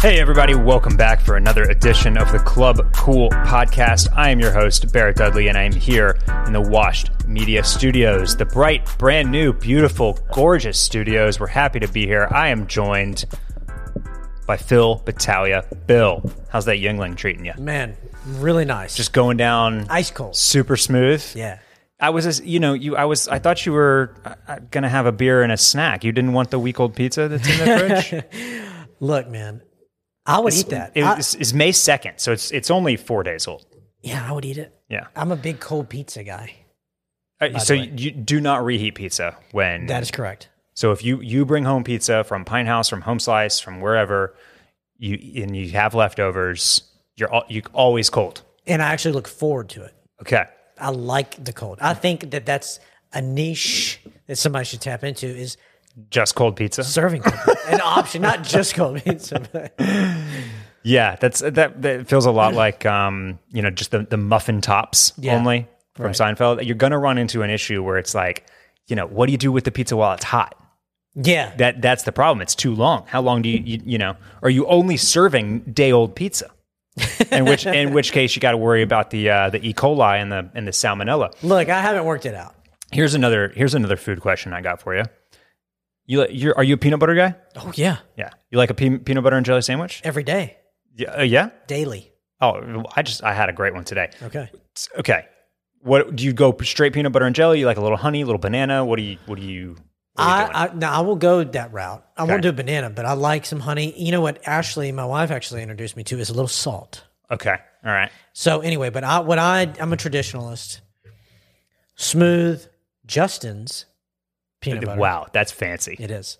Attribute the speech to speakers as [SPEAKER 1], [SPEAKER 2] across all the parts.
[SPEAKER 1] Hey, everybody, welcome back for another edition of the Club Cool podcast. I am your host, Barrett Dudley, and I am here in the Washed Media Studios, the bright, brand new, beautiful, gorgeous studios. We're happy to be here. I am joined by Phil Battaglia. Bill, how's that Yingling treating you?
[SPEAKER 2] Man, really nice.
[SPEAKER 1] Just going down
[SPEAKER 2] ice cold.
[SPEAKER 1] super smooth.
[SPEAKER 2] Yeah.
[SPEAKER 1] I was, just, you know, you. I was. I thought you were uh, going to have a beer and a snack. You didn't want the week old pizza that's in the fridge.
[SPEAKER 2] Look, man, I would eat that.
[SPEAKER 1] It
[SPEAKER 2] I-
[SPEAKER 1] was- it's May second, so it's it's only four days old.
[SPEAKER 2] yeah, I would eat it.
[SPEAKER 1] Yeah.
[SPEAKER 2] I'm a big cold pizza guy.
[SPEAKER 1] Uh, so
[SPEAKER 2] the
[SPEAKER 1] you,
[SPEAKER 2] way.
[SPEAKER 1] you do not reheat pizza when
[SPEAKER 2] That is correct.
[SPEAKER 1] so if you you bring home pizza from Pine House, from Home Slice, from wherever you and you have leftovers, you're al- you always cold.
[SPEAKER 2] And I actually look forward to it.
[SPEAKER 1] Okay.
[SPEAKER 2] I like the cold. I think that that's a niche that somebody should tap into is
[SPEAKER 1] Just cold pizza.
[SPEAKER 2] serving cold pizza. an option, not just cold pizza. but-
[SPEAKER 1] Yeah, that's that. That feels a lot like um, you know, just the the muffin tops
[SPEAKER 2] Yeah,
[SPEAKER 1] only from Seinfeld. You're gonna run into an issue where it's like, you know, what do you do with the pizza while it's hot?
[SPEAKER 2] yeah.
[SPEAKER 1] That that's the problem. It's too long. How long do you you, you know? Are you only serving day old pizza? in which in which case you got to worry about the uh, the E. coli and the and the salmonella.
[SPEAKER 2] Look, I haven't worked it out.
[SPEAKER 1] Here's another here's another food question I got for you. You li- you're, are you a peanut butter guy?
[SPEAKER 2] Oh, yeah.
[SPEAKER 1] Yeah, you like a pe- peanut butter and jelly sandwich?
[SPEAKER 2] Every day,
[SPEAKER 1] Yeah, uh, yeah.
[SPEAKER 2] daily.
[SPEAKER 1] Oh, I just I had a great one today.
[SPEAKER 2] Okay.
[SPEAKER 1] It's- okay. What do you go straight peanut butter and jelly? You like a little honey, a little banana? What do you what do you what are you doing?
[SPEAKER 2] I, I no, I will go that route. I
[SPEAKER 1] Okay.
[SPEAKER 2] won't do a banana, but I like some honey. You know what? Ashley, my wife, actually introduced me to is a little salt.
[SPEAKER 1] Okay. All right.
[SPEAKER 2] So anyway, but I what I I'm a traditionalist. Smooth Justin's peanut butter.
[SPEAKER 1] Wow, that's fancy.
[SPEAKER 2] It is.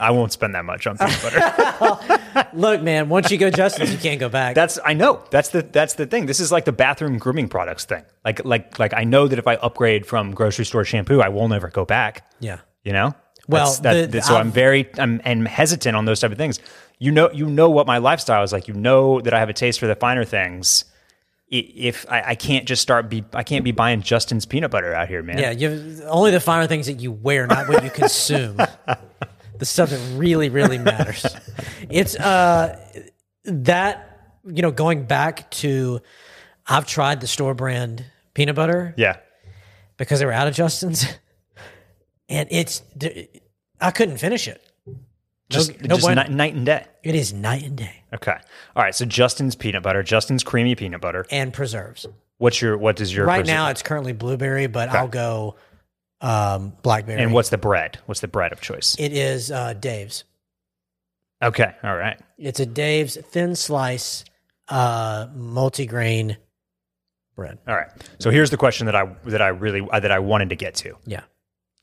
[SPEAKER 1] I won't spend that much on peanut butter.
[SPEAKER 2] Look, man, once you go Justin's, you can't go back.
[SPEAKER 1] that's I know. That's the that's the thing. This is like the bathroom grooming products thing. Like like like I know that if I upgrade from grocery store shampoo, I will never go back.
[SPEAKER 2] yeah.
[SPEAKER 1] You know?
[SPEAKER 2] Well,
[SPEAKER 1] That's- that,
[SPEAKER 2] the- um, the-
[SPEAKER 1] so I'm
[SPEAKER 2] I've-
[SPEAKER 1] very I'm and hesitant on those type of things. You know, you know what my lifestyle is like. You know that I have a taste for the finer things. I- If I, I can't just start be I can't be buying Justin's peanut butter out here, man.
[SPEAKER 2] Yeah, you only the finer things that you wear, not what you consume. the stuff that really, really matters. It's uh that you know, going back to I've tried the store brand peanut butter
[SPEAKER 1] Yeah.
[SPEAKER 2] because they were out of Justin's, and it's I couldn't finish it.
[SPEAKER 1] Just,
[SPEAKER 2] no
[SPEAKER 1] just
[SPEAKER 2] bueno.
[SPEAKER 1] ni- night and day.
[SPEAKER 2] It is night and day.
[SPEAKER 1] Okay. All right. So Justin's peanut butter, Justin's creamy peanut butter.
[SPEAKER 2] And preserves.
[SPEAKER 1] What's your what is your
[SPEAKER 2] Right
[SPEAKER 1] perso-
[SPEAKER 2] now, it's currently blueberry, but I'll go um, blackberry.
[SPEAKER 1] and what's the bread? What's the bread of choice?
[SPEAKER 2] It is uh, Dave's.
[SPEAKER 1] Okay. All right.
[SPEAKER 2] It's a Dave's thin slice uh, multigrain bread.
[SPEAKER 1] All right. So here's the question that I that I really uh, that I wanted to get to.
[SPEAKER 2] Yeah.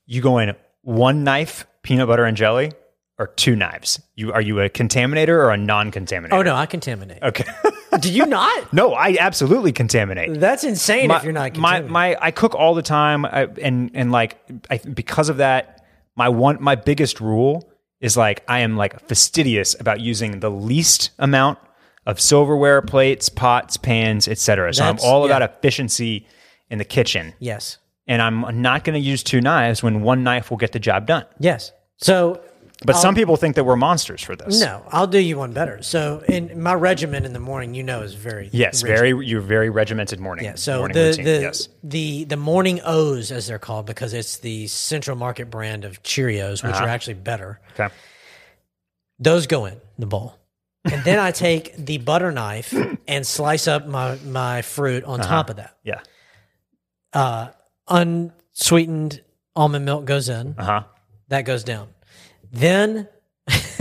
[SPEAKER 1] You going one knife peanut butter and jelly or two knives? You are you a contaminator or a non-contaminator?
[SPEAKER 2] Oh no, I contaminate.
[SPEAKER 1] Okay.
[SPEAKER 2] Do you not?
[SPEAKER 1] no, I absolutely contaminate.
[SPEAKER 2] That's insane.
[SPEAKER 1] my,
[SPEAKER 2] if you're not
[SPEAKER 1] my
[SPEAKER 2] contaminated.
[SPEAKER 1] my I cook all the time, I, and and like I, because of that, my one my biggest rule is like I am like fastidious about using the least amount of silverware, plates, pots, pans, etc. So
[SPEAKER 2] That's-
[SPEAKER 1] I'm all
[SPEAKER 2] yeah.
[SPEAKER 1] about efficiency in the kitchen,
[SPEAKER 2] yes,
[SPEAKER 1] and I'm not going to use two knives when one knife will get the job done.
[SPEAKER 2] yes. So
[SPEAKER 1] But some people think that we're monsters for this.
[SPEAKER 2] Oh. no, I'll do you one better. So in my regimen in the morning, you know, is very
[SPEAKER 1] Yes, very you're very regimented morning.
[SPEAKER 2] Yeah, so
[SPEAKER 1] morning
[SPEAKER 2] the
[SPEAKER 1] routine.
[SPEAKER 2] the,
[SPEAKER 1] yes.
[SPEAKER 2] the the morning O's as they're called because it's the Central Market brand of Cheerios,
[SPEAKER 1] Uh-huh.
[SPEAKER 2] which are actually better.
[SPEAKER 1] Okay.
[SPEAKER 2] Those go in the bowl, and then I take the butter knife and slice up my my fruit on top of that.
[SPEAKER 1] Yeah.
[SPEAKER 2] Unsweetened almond milk goes in.
[SPEAKER 1] Uh huh.
[SPEAKER 2] That goes down. Then.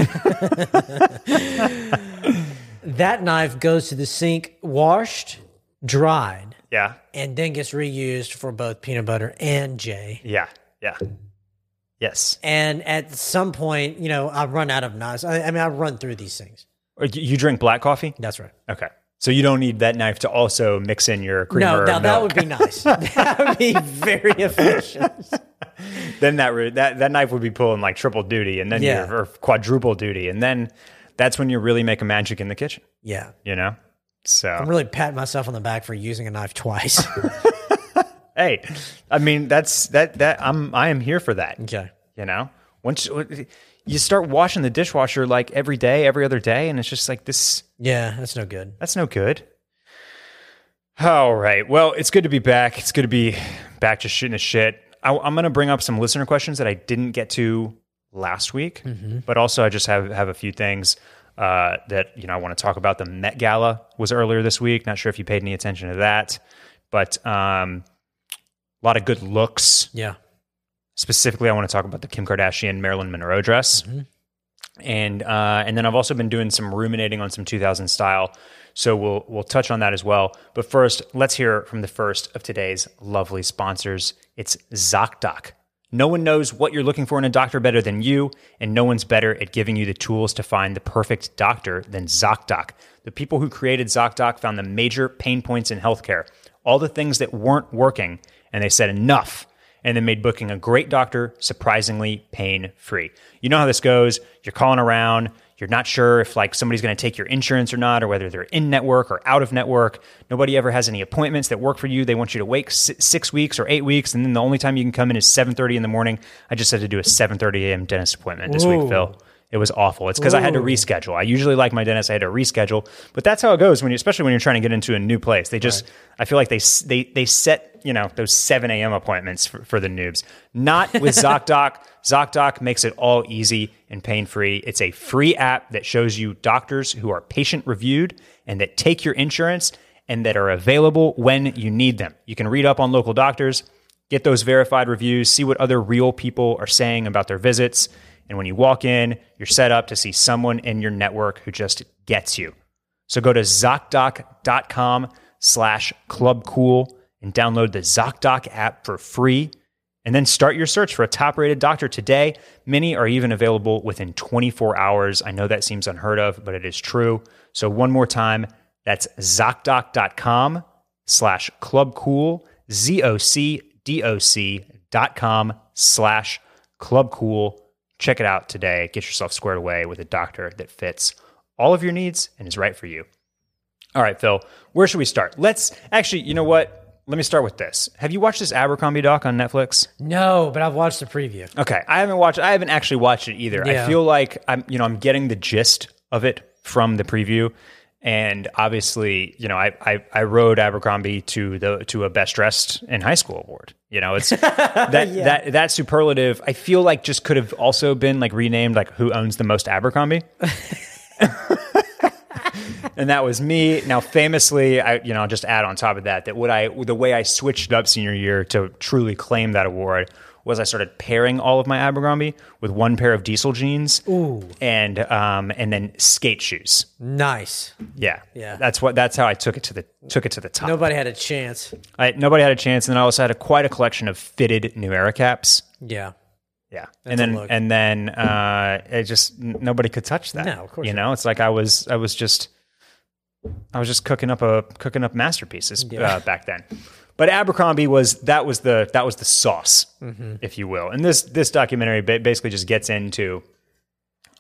[SPEAKER 2] that knife goes to the sink, washed, dried,
[SPEAKER 1] Yeah.
[SPEAKER 2] and then gets reused for both peanut butter and Jay.
[SPEAKER 1] Yeah. Yeah. Yes.
[SPEAKER 2] And at some point, you know, I run out of knives. I, I mean, I run through these things.
[SPEAKER 1] Or you you drink black coffee?
[SPEAKER 2] That's right.
[SPEAKER 1] Okay. So you don't need that knife to also mix in your creamer.
[SPEAKER 2] no,
[SPEAKER 1] or
[SPEAKER 2] now that
[SPEAKER 1] milk.
[SPEAKER 2] would be nice. that would be very efficient.
[SPEAKER 1] then that, re- that that knife would be pulling like triple duty, and then
[SPEAKER 2] Yeah.
[SPEAKER 1] you're or quadruple duty, and then that's when you're really making magic in the kitchen.
[SPEAKER 2] Yeah.
[SPEAKER 1] You know.
[SPEAKER 2] I'm
[SPEAKER 1] So
[SPEAKER 2] really patting myself on the back for using a knife twice.
[SPEAKER 1] hey, I mean that's that that I'm I am here for that.
[SPEAKER 2] okay.
[SPEAKER 1] You know, Once you start washing the dishwasher like every day, every other day, and it's just like this.
[SPEAKER 2] Yeah, that's no good.
[SPEAKER 1] That's no good. All right. Well, it's good to be back. It's good to be back to shooting the shit. I, I'm going to bring up some listener questions that I didn't get to last week, but also I just have have a few things uh, that you know I want to talk about. The Met Gala was earlier this week. Not sure if you paid any attention to that, but um, a lot of good looks
[SPEAKER 2] Yeah.
[SPEAKER 1] specifically i want to talk about the kim kardashian marilyn monroe dress and uh, and then i've also been doing some ruminating on some 2000 style so we'll we'll touch on that as well but first let's hear from the first of today's lovely sponsors it's zocdoc no one knows what you're looking for in a doctor better than you and no one's better at giving you the tools to find the perfect doctor than zocdoc the people who created zocdoc found the major pain points in healthcare all the things that weren't working and they said enough and then made booking a great doctor surprisingly pain free. You know how this goes. You're calling around. You're not sure if like somebody's going to take your insurance or not, or whether they're in network or out of network. Nobody ever has any appointments that work for you. They want you to wait si- six weeks or eight weeks, and then the only time you can come in is 7:30 in the morning. I just had to do a 7:30 a.m. dentist appointment this
[SPEAKER 2] Ooh.
[SPEAKER 1] week, Phil. It was awful. It's because I had to
[SPEAKER 2] Ooh.
[SPEAKER 1] reschedule. I usually like my dentist. I had to reschedule, but that's how it goes when you, especially when you're trying to get into a new place. They just, I feel like they s- they they set you know those 7 a.m. appointments for, for the noobs. Not with ZocDoc. ZocDoc makes it all easy and pain free. It's a free app that shows you doctors who are patient reviewed and that take your insurance and that are available when you need them. You can read up on local doctors get those verified reviews, see what other real people are saying about their visits. And when you walk in, you're set up to see someone in your network who just gets you. So go to ZocDoc.com slash clubcool and download the ZocDoc app for free. And then start your search for a top rated doctor today. Many are even available within 24 hours. I know that seems unheard of, but it is true. So one more time, that's ZocDoc.com slash clubcool, Z-O-C-D-O-C dot com slash clubcool. Check it out today. Get yourself squared away with a doctor that fits all of your needs and is right for you. All right, Phil, where should we start? Let's actually, you know what? Let me start with this. Have you watched this Abercrombie doc on Netflix?
[SPEAKER 2] No, but I've watched the preview.
[SPEAKER 1] Okay, I haven't watched. I haven't actually watched it either.
[SPEAKER 2] Yeah.
[SPEAKER 1] I feel like I'm, you know, I'm getting the gist of it from the preview, and obviously, you know, I I, I rode Abercrombie to the to a best dressed in high school award. You know, it's that that that superlative. I feel like just could have also been like renamed like who owns the most Abercrombie. and that was me. Now, famously, I you know I'll just add on top of that that what I the way I switched up senior year to truly claim that award was I started pairing all of my Abercrombie with one pair of Diesel jeans, and um and then skate shoes.
[SPEAKER 2] Nice.
[SPEAKER 1] Yeah,
[SPEAKER 2] Yeah.
[SPEAKER 1] That's what that's how I took it to the took it to the top.
[SPEAKER 2] Nobody had a chance.
[SPEAKER 1] I, nobody had a chance, and then I also had a, quite a collection of fitted New Era caps.
[SPEAKER 2] Yeah.
[SPEAKER 1] Yeah, and then
[SPEAKER 2] look.
[SPEAKER 1] and then uh, it just n- nobody could touch that.
[SPEAKER 2] No, of course
[SPEAKER 1] You
[SPEAKER 2] not.
[SPEAKER 1] know, it's like I was I was just I was just cooking up a cooking up masterpieces
[SPEAKER 2] Yeah.
[SPEAKER 1] uh, back then. But Abercrombie was that was the that was the sauce,
[SPEAKER 2] Mm-hmm.
[SPEAKER 1] if you will. And this this documentary ba- basically just gets into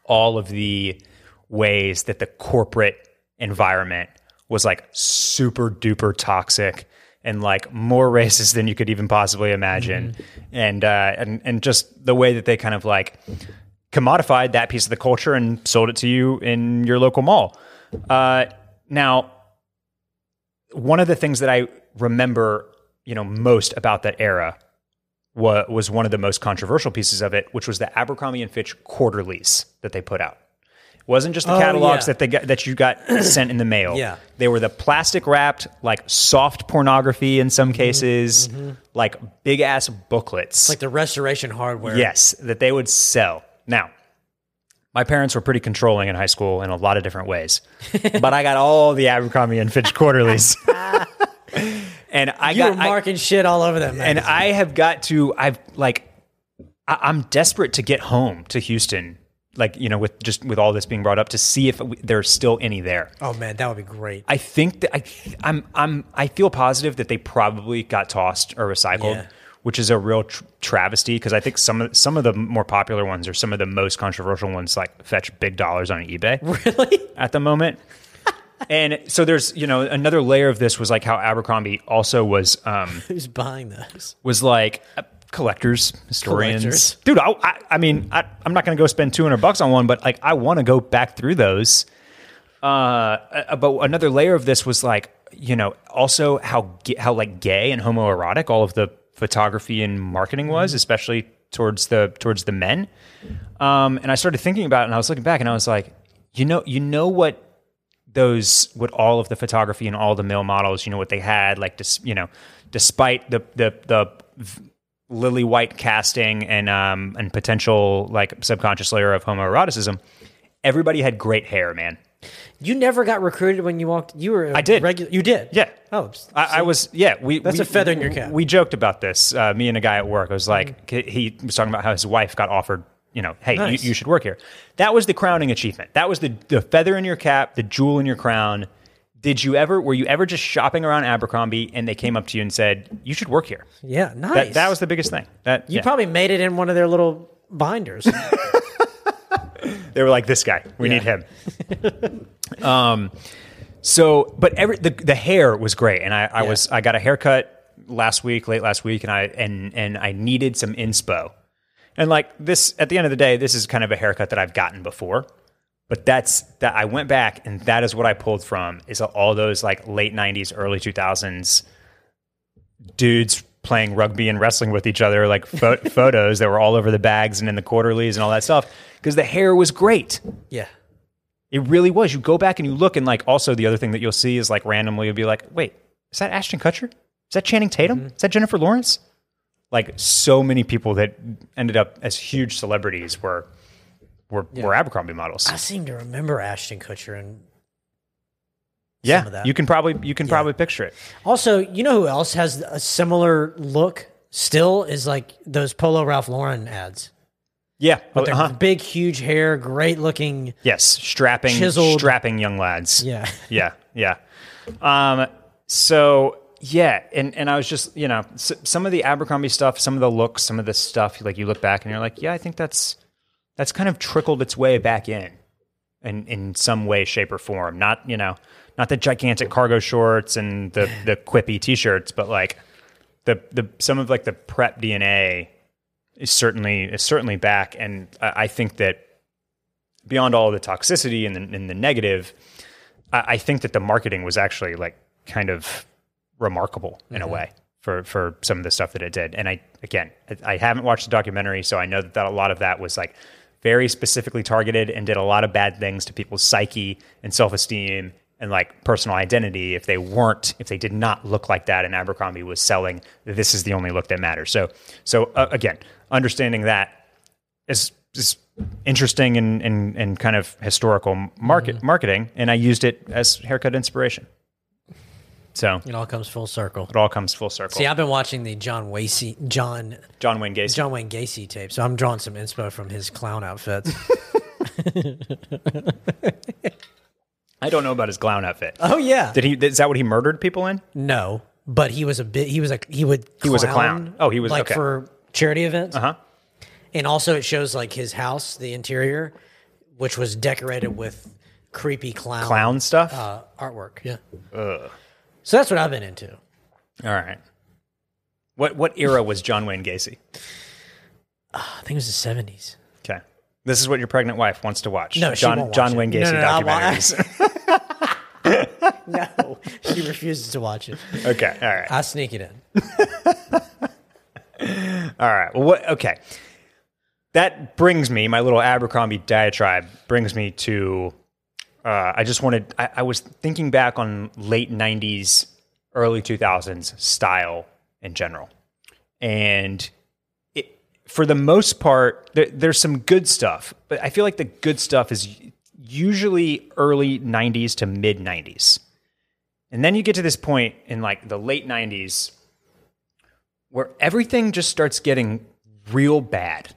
[SPEAKER 1] all of the ways that the corporate environment was like super duper toxic and like more racist than you could even possibly imagine and uh and and just the way that they kind of like commodified that piece of the culture and sold it to you in your local mall uh now one of the things that i remember you know most about that era wa- was one of the most controversial pieces of it, which was the Abercrombie and Fitch quarterlies that they put out. It wasn't just the
[SPEAKER 2] Oh,
[SPEAKER 1] catalogs
[SPEAKER 2] yeah.
[SPEAKER 1] that they got, that you got sent in the mail.
[SPEAKER 2] Yeah.
[SPEAKER 1] They were the plastic wrapped, like soft pornography in some cases, like big ass booklets.
[SPEAKER 2] Mm-hmm, Like the restoration hardware.
[SPEAKER 1] Yes, that they would sell. Now, my parents were pretty controlling in high school in a lot of different ways, but I got all the Abercrombie and Fitch quarterlies. and I
[SPEAKER 2] You
[SPEAKER 1] got
[SPEAKER 2] were
[SPEAKER 1] I-
[SPEAKER 2] marking shit all over them.
[SPEAKER 1] and I have got to. I've like, I, I'm desperate to get home to Houston. Like you know, with just with all this being brought up, to see if w- there's still any there.
[SPEAKER 2] oh man, that would be great.
[SPEAKER 1] I think that I, I'm, I'm, I feel positive that they probably got tossed or recycled,
[SPEAKER 2] Yeah.
[SPEAKER 1] which is a real tr- travesty because I think some of some of the more popular ones are some of the most controversial ones, like fetch big dollars on eBay
[SPEAKER 2] really?
[SPEAKER 1] at the moment. and so there's you know another layer of this was like how Abercrombie also was um,
[SPEAKER 2] Who's buying those?
[SPEAKER 1] was like uh, collectors, historians.
[SPEAKER 2] Collectors.
[SPEAKER 1] Dude, I, I, I mean, I, I'm not going to go spend 200 bucks on one, but like, I want to go back through those. Uh, Uh, but another layer of this was like, you know, also how ga- how like gay and homoerotic all of the photography and marketing was, especially towards the towards the men. Um, and I started thinking about it, and I was looking back, and I was like, you know, you know what those with all of the photography and all the male models, you know what they had, like dis, you know, despite the the the v- lily white casting and um and potential like subconscious layer of homoeroticism, everybody had great hair, man.
[SPEAKER 2] You never got recruited when you walked. You were. I
[SPEAKER 1] did.
[SPEAKER 2] Regular. You did.
[SPEAKER 1] Yeah.
[SPEAKER 2] Oh, s-
[SPEAKER 1] I, I was yeah. We
[SPEAKER 2] That's
[SPEAKER 1] we-
[SPEAKER 2] a feather in your cap.
[SPEAKER 1] We joked about this. Uh, me and a guy at work. I was like, he was talking about how his wife got offered. You know, hey,
[SPEAKER 2] Nice.
[SPEAKER 1] you, you should work here. That was the crowning achievement. That was the the feather in your cap, the jewel in your crown. Did you ever? Were you ever just shopping around Abercrombie and they came up to you and said you should work here?
[SPEAKER 2] yeah. Nice.
[SPEAKER 1] That, that was the biggest thing. That
[SPEAKER 2] You
[SPEAKER 1] yeah.
[SPEAKER 2] probably made it in one of their little binders.
[SPEAKER 1] they were like this guy we
[SPEAKER 2] Yeah.
[SPEAKER 1] need him um so but every the, the hair was great and i i
[SPEAKER 2] Yeah.
[SPEAKER 1] was i got a haircut last week late last week and i and and i needed some inspo and like this at the end of the day this is kind of a haircut that i've gotten before but that's that i went back and that is what i pulled from is all those like late 90s early 2000s dudes playing rugby and wrestling with each other, like pho- photos that were all over the bags and in the quarterlies and all that stuff, because the hair was great.
[SPEAKER 2] yeah.
[SPEAKER 1] It really was. You go back and you look, and like also the other thing that you'll see is like randomly you'll be like, wait, is that Ashton Kutcher? Is that Channing Tatum?
[SPEAKER 2] Mm-hmm.
[SPEAKER 1] Is that Jennifer Lawrence? Like so many people that ended up as huge celebrities were were, were Abercrombie models.
[SPEAKER 2] I seem to remember Ashton Kutcher and
[SPEAKER 1] yeah,
[SPEAKER 2] of that.
[SPEAKER 1] you can probably you can probably picture it.
[SPEAKER 2] also, you know who else has a similar look still is like those Polo Ralph Lauren ads.
[SPEAKER 1] Yeah,
[SPEAKER 2] But they're
[SPEAKER 1] uh-huh.
[SPEAKER 2] big, huge hair, great looking.
[SPEAKER 1] yes, strapping
[SPEAKER 2] chiseled-
[SPEAKER 1] strapping young lads.
[SPEAKER 2] Yeah.
[SPEAKER 1] yeah, yeah. Um, so yeah, and and I was just you know s- some of the Abercrombie stuff, some of the looks, some of the stuff. Like you look back and you're like, yeah, I think that's that's kind of trickled its way back in, in in some way, shape, or form. Not you know not the gigantic cargo shorts and the the quippy t-shirts, but like the the some of like the prep DNA is certainly is certainly back, and I, I think that beyond all the toxicity and the, and the negative, I, I think that the marketing was actually like kind of remarkable in a way for for some of the stuff that it did. And I again, I- I haven't watched the documentary, so I know that, that a lot of that was like very specifically targeted and did a lot of bad things to people's psyche and self esteem and like personal identity if they weren't if they did not look like that and Abercrombie was selling this is the only look that matters. So so uh, again, understanding that is is interesting and and, and kind of historical market
[SPEAKER 2] Mm-hmm.
[SPEAKER 1] marketing, and I used it as haircut inspiration. So
[SPEAKER 2] It all comes full circle.
[SPEAKER 1] it all comes full circle.
[SPEAKER 2] See, I've been watching the John Wasey, John
[SPEAKER 1] John Wayne Gacy.
[SPEAKER 2] John Wayne Gacy tape, so I'm drawing some inspo from his clown outfits.
[SPEAKER 1] I don't know about his clown outfit.
[SPEAKER 2] oh yeah,
[SPEAKER 1] Did he? Is that what he murdered people in?
[SPEAKER 2] no, but he was a bit. He was a he would. He
[SPEAKER 1] was a clown. Oh, he was-
[SPEAKER 2] like
[SPEAKER 1] okay. Uh-huh.
[SPEAKER 2] for charity events.
[SPEAKER 1] Huh?
[SPEAKER 2] And also, it shows like his house, the interior, which was decorated with creepy clown,
[SPEAKER 1] Clown stuff.
[SPEAKER 2] uh, artwork. Yeah. So that's what I've been into.
[SPEAKER 1] all right. What what era was John Wayne Gacy?
[SPEAKER 2] I think it was the seventies.
[SPEAKER 1] Okay. This is what your pregnant wife wants to watch.
[SPEAKER 2] No, she
[SPEAKER 1] John
[SPEAKER 2] won't watch
[SPEAKER 1] John
[SPEAKER 2] it.
[SPEAKER 1] Wayne
[SPEAKER 2] No,
[SPEAKER 1] Gacy
[SPEAKER 2] no, no, I won't.
[SPEAKER 1] documentaries.
[SPEAKER 2] No, she refuses to watch it.
[SPEAKER 1] okay. All right.
[SPEAKER 2] I sneak it in.
[SPEAKER 1] All right. Well, what? Okay. That brings me my little Abercrombie diatribe brings me to. Uh, I just wanted. I, I was thinking back on late '90s, early 2000s style in general, and it, for the most part, there, there's some good stuff. But I feel like the good stuff is usually early '90s to mid '90s, and then you get to this point in like the late '90s where everything just starts getting real bad.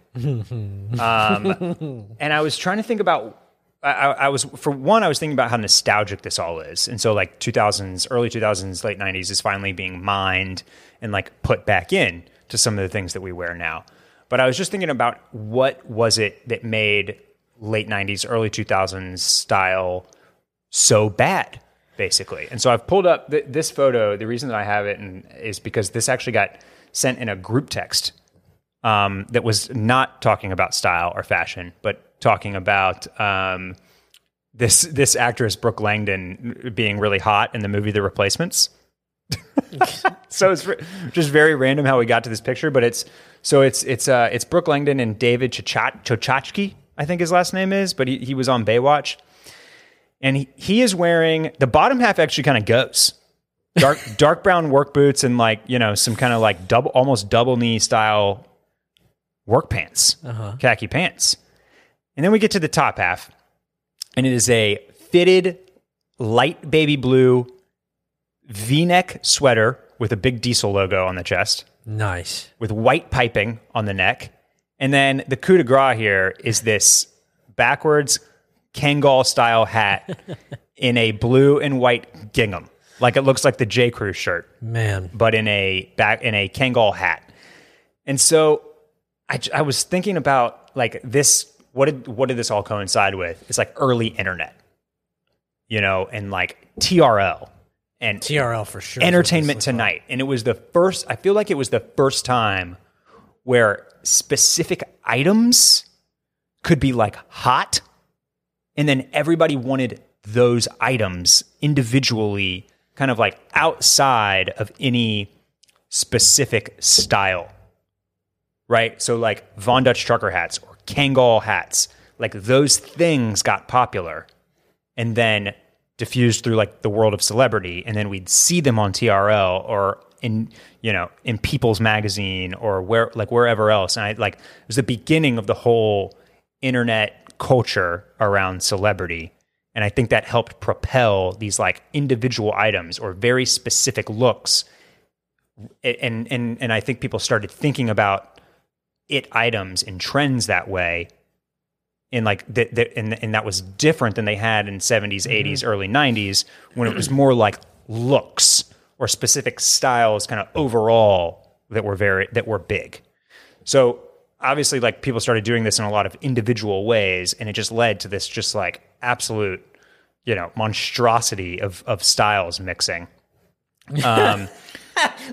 [SPEAKER 1] um, and I was trying to think about. I, I I was for one, I was thinking about how nostalgic this all is, and so like 2000s, early 2000s, late 90s is finally being mined and like put back in to some of the things that we wear now. But I was just thinking about what was it that made late 90s, early 2000s style so bad, basically. And so I've pulled up th- this photo. The reason that I have it and is because this actually got sent in a group text um, that was not talking about style or fashion, but talking about um, this this actress Brooke Langdon being really hot in the movie The Replacements. so it's re- just very random how we got to this picture, but it's so it's it's uh, it's Brooke Langdon and David Chochot- Chochotchke, I think his last name is, but he, he was on Baywatch, and he, he is wearing the bottom half actually kind of goes dark dark brown work boots and like you know some kind of like double almost double knee style work pants, khaki pants, and then we get to the top half, and it is a fitted light baby blue V-neck sweater with a big diesel logo on the chest,
[SPEAKER 2] Nice.
[SPEAKER 1] with white piping on the neck. And then the coup de grace here is this backwards Kangol style hat in a blue and white gingham. Like it looks like the J. Crew shirt
[SPEAKER 2] Man.
[SPEAKER 1] but in a back in a Kangol hat. And so I, j- I was thinking about like this what did what did this all coincide with? It's like early internet. You know, and like TRL and
[SPEAKER 2] TRL for sure. is what this
[SPEAKER 1] Entertainment
[SPEAKER 2] looks
[SPEAKER 1] Tonight. And it was the first I feel like it was the first time where specific items could be like hot and then everybody wanted those items individually kind of like outside of any specific style right so like von dutch trucker hats or kangol hats like those things got popular and then diffused through like the world of celebrity and then we'd see them on TRL or in you know in People's Magazine or where like wherever else and I like it was the beginning of the whole internet culture around celebrity and I think that helped propel these like individual items or very specific looks A- and and and I think people started thinking about it items and trends that way and like th- th- and, and that was different than they had in 70s 80s early 90s when it was more like looks or specific styles kind of overall that were very that were big so obviously like people started doing this in a lot of individual ways and it just led to this just like absolute you know monstrosity of of styles mixing um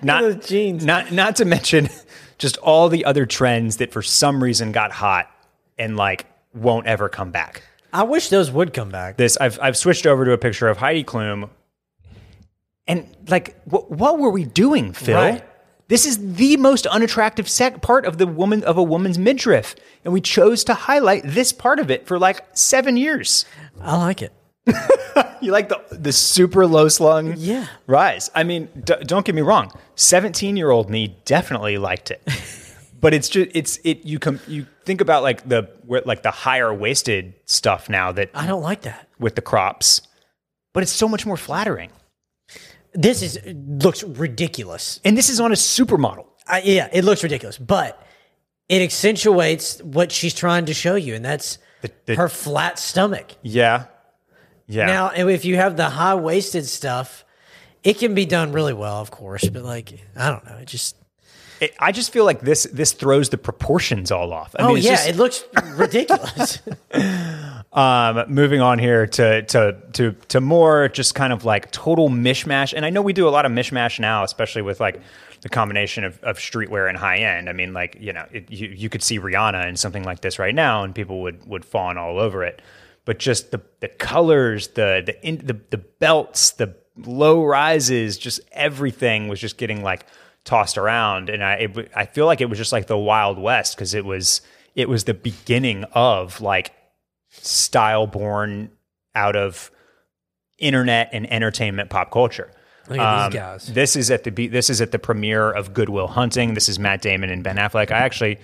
[SPEAKER 1] not
[SPEAKER 2] those jeans.
[SPEAKER 1] not not to mention just all the other trends that for some reason got hot and like won't ever come back.
[SPEAKER 2] like. I wish those would come back.
[SPEAKER 1] This I've I've switched over to a picture of Heidi Klum, and like what what were we doing, Phil?
[SPEAKER 2] Right.
[SPEAKER 1] This is the most unattractive sec- part of the woman of a woman's midriff, and we chose to highlight this part of it for like seven years.
[SPEAKER 2] I like it.
[SPEAKER 1] You like the the super low slung
[SPEAKER 2] Yeah.
[SPEAKER 1] rise. I mean, d- don't get me wrong. Seventeen year old me definitely liked it, but it's just it's it. You com- you think about like the where- like the higher waisted stuff now that
[SPEAKER 2] I don't like that.
[SPEAKER 1] with the crops, but it's so much more flattering.
[SPEAKER 2] This is looks ridiculous.
[SPEAKER 1] And this is on a supermodel.
[SPEAKER 2] I, yeah, it looks ridiculous, but it accentuates what she's trying to show you, and that's
[SPEAKER 1] the-
[SPEAKER 2] her flat stomach.
[SPEAKER 1] Yeah, yeah.
[SPEAKER 2] Now, and if you have the high waisted stuff, it can be done really well, of course, but like I don't know, it just
[SPEAKER 1] It- I just feel like this this throws the proportions all off. I
[SPEAKER 2] oh
[SPEAKER 1] mean, it's
[SPEAKER 2] yeah,
[SPEAKER 1] just-
[SPEAKER 2] it looks ridiculous.
[SPEAKER 1] um, moving on here to to to to more just kind of like total mishmash. And I know we do a lot of mishmash now, especially with like the combination of, of streetwear and high end. I mean, like you know, it, you you could see Rihanna in something like this right now, and people would would fawn all over it. But just the the colors, the the in, the, the belts, the low rises, just everything was just getting like tossed around, and I it, w- I feel like it was just like the Wild West because it was it was the beginning of like style born out of internet and entertainment pop culture. Um,
[SPEAKER 2] Look at these guys.
[SPEAKER 1] This is at the be- this is at the premiere of Goodwill Hunting. This is Matt Damon and Ben Affleck. I actually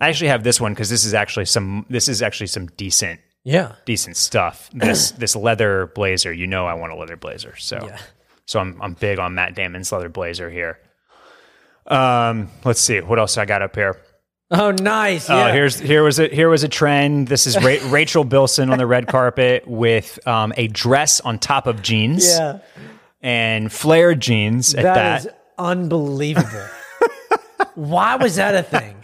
[SPEAKER 1] I actually have this one because this is actually some this is actually some decent
[SPEAKER 2] yeah.
[SPEAKER 1] decent stuff. This this leather blazer, you know, I want a leather blazer. So
[SPEAKER 2] Yeah.
[SPEAKER 1] so I'm I'm big on Matt Damon's leather blazer here. Um, let's see what else I got up here.
[SPEAKER 2] Oh nice.
[SPEAKER 1] Oh,
[SPEAKER 2] Yeah.
[SPEAKER 1] here's here was a here was a trend. This is Ra- Rachel Bilson on the red carpet with um, a dress on top of jeans
[SPEAKER 2] yeah.
[SPEAKER 1] and flared jeans at that.
[SPEAKER 2] that is unbelievable. Why was that a thing?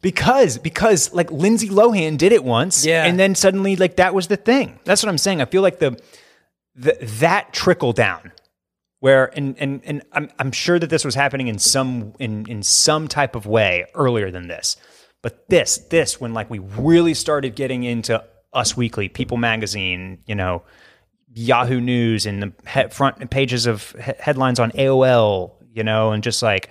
[SPEAKER 1] because because like Lindsay Lohan did it once,
[SPEAKER 2] Yeah.
[SPEAKER 1] and then suddenly like that was the thing. That's what I'm saying. I feel like the, the that trickle down where and and and I'm I'm sure that this was happening in some in in some type of way earlier than this. But this this when like we really started getting into Us Weekly, People Magazine, you know, Yahoo News and the he- front pages of he- headlines on AOL, you know, and just like